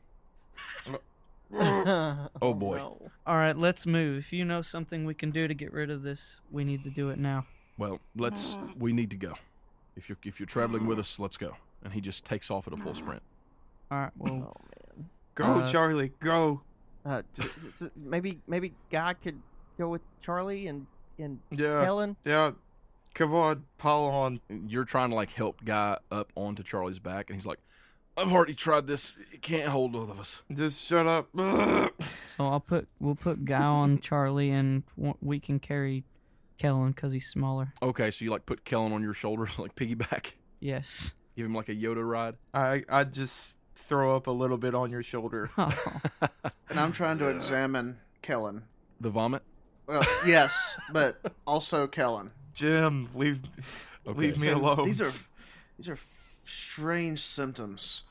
S2: Oh, boy.
S1: no.
S3: All right, let's move. If you know something we can do to get rid of this, we need to do it now.
S2: Well, let's. We need to go. If you're if you're traveling with us, let's go. And he just takes off at a full sprint.
S3: All right.
S1: Oh
S3: Well,
S1: man.
S5: Go,
S3: Uh,
S5: Charlie, go.
S1: Uh, s- s- s- maybe maybe guy could go with Charlie and and
S5: Yeah.
S1: Helen.
S5: Yeah. Come on, pile on.
S2: You're trying to like help guy up onto Charlie's back, and he's like, "I've already tried this. It can't hold both of us."
S5: Just shut up.
S3: so I'll put we'll put Guy on Charlie, and w- we can carry Kellen because he's smaller.
S2: Okay, so you like put Kellen on your shoulders, like piggyback,
S3: Yes.
S2: give him like a Yoda ride.
S5: I I just throw up a little bit on your shoulder.
S1: Oh.
S4: And I'm trying to examine Kellen.
S2: The vomit.
S4: Well, yes, but also Kellen.
S5: Jim, leave
S2: Okay.
S5: leave me
S4: Saying,
S5: alone.
S4: These are these are f- strange symptoms.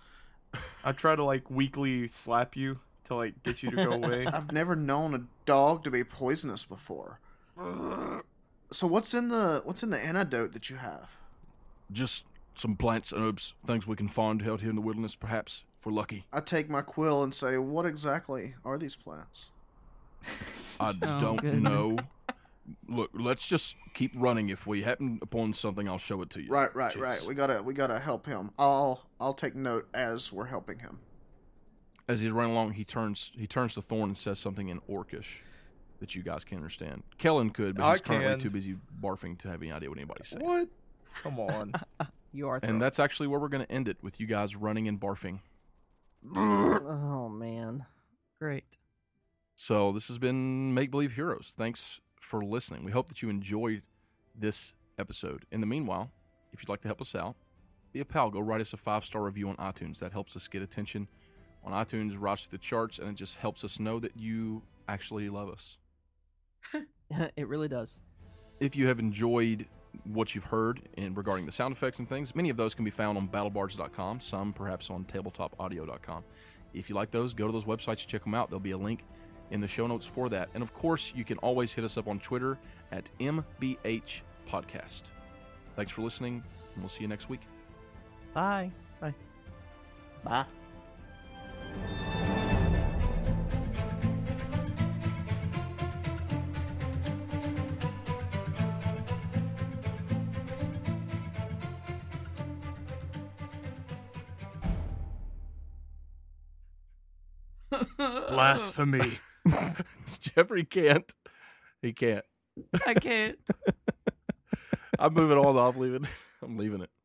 S5: I try to like weakly slap you to like get you to go away.
S4: I've never known a dog to be poisonous before. So what's in the what's in the antidote that you have?
S2: Just some plants and herbs, things we can find out here in the wilderness, perhaps if we're lucky.
S4: I take my quill and say, "What exactly are these plants?"
S2: I
S3: Oh,
S2: don't
S3: goodness.
S2: know. Look, let's just keep running. If we happen upon something, I'll show it to you.
S4: Right, right,
S2: Jeez.
S4: right. We gotta we gotta help him. I'll I'll take note as we're helping him.
S2: as he's running along, he turns he turns to Thorn and says something in Orcish that you guys can understand. Kellen could, but
S5: I
S2: he's currently
S5: can.
S2: too busy barfing to have any idea what anybody's saying.
S5: what? Come on.
S1: You are.
S2: And that's actually where we're going to end it with you guys running and barfing.
S1: thrilled. oh man.
S3: Great.
S2: So this has been Make Believe Heroes. Thanks for listening. We hope that you enjoyed this episode. In the meanwhile, if you'd like to help us out, be a pal. Go write us a five star review on iTunes. That helps us get attention on iTunes, rise to the charts, and it just helps us know that you actually love us.
S1: it really does.
S2: if you have enjoyed what you've heard in regarding the sound effects and things, many of those can be found on battlebards.com, some perhaps on tabletopaudio.com. If you like those, go to those websites, check them out. There'll be a link in the show notes for that. And of course, you can always hit us up on Twitter at MBH Podcast. Thanks for listening, and we'll see you next week.
S1: Bye. Bye. Bye.
S5: Blasphemy.
S2: Jeffrey can't. He can't.
S3: I can't.
S2: I'm moving on. I'm leaving. I'm leaving it.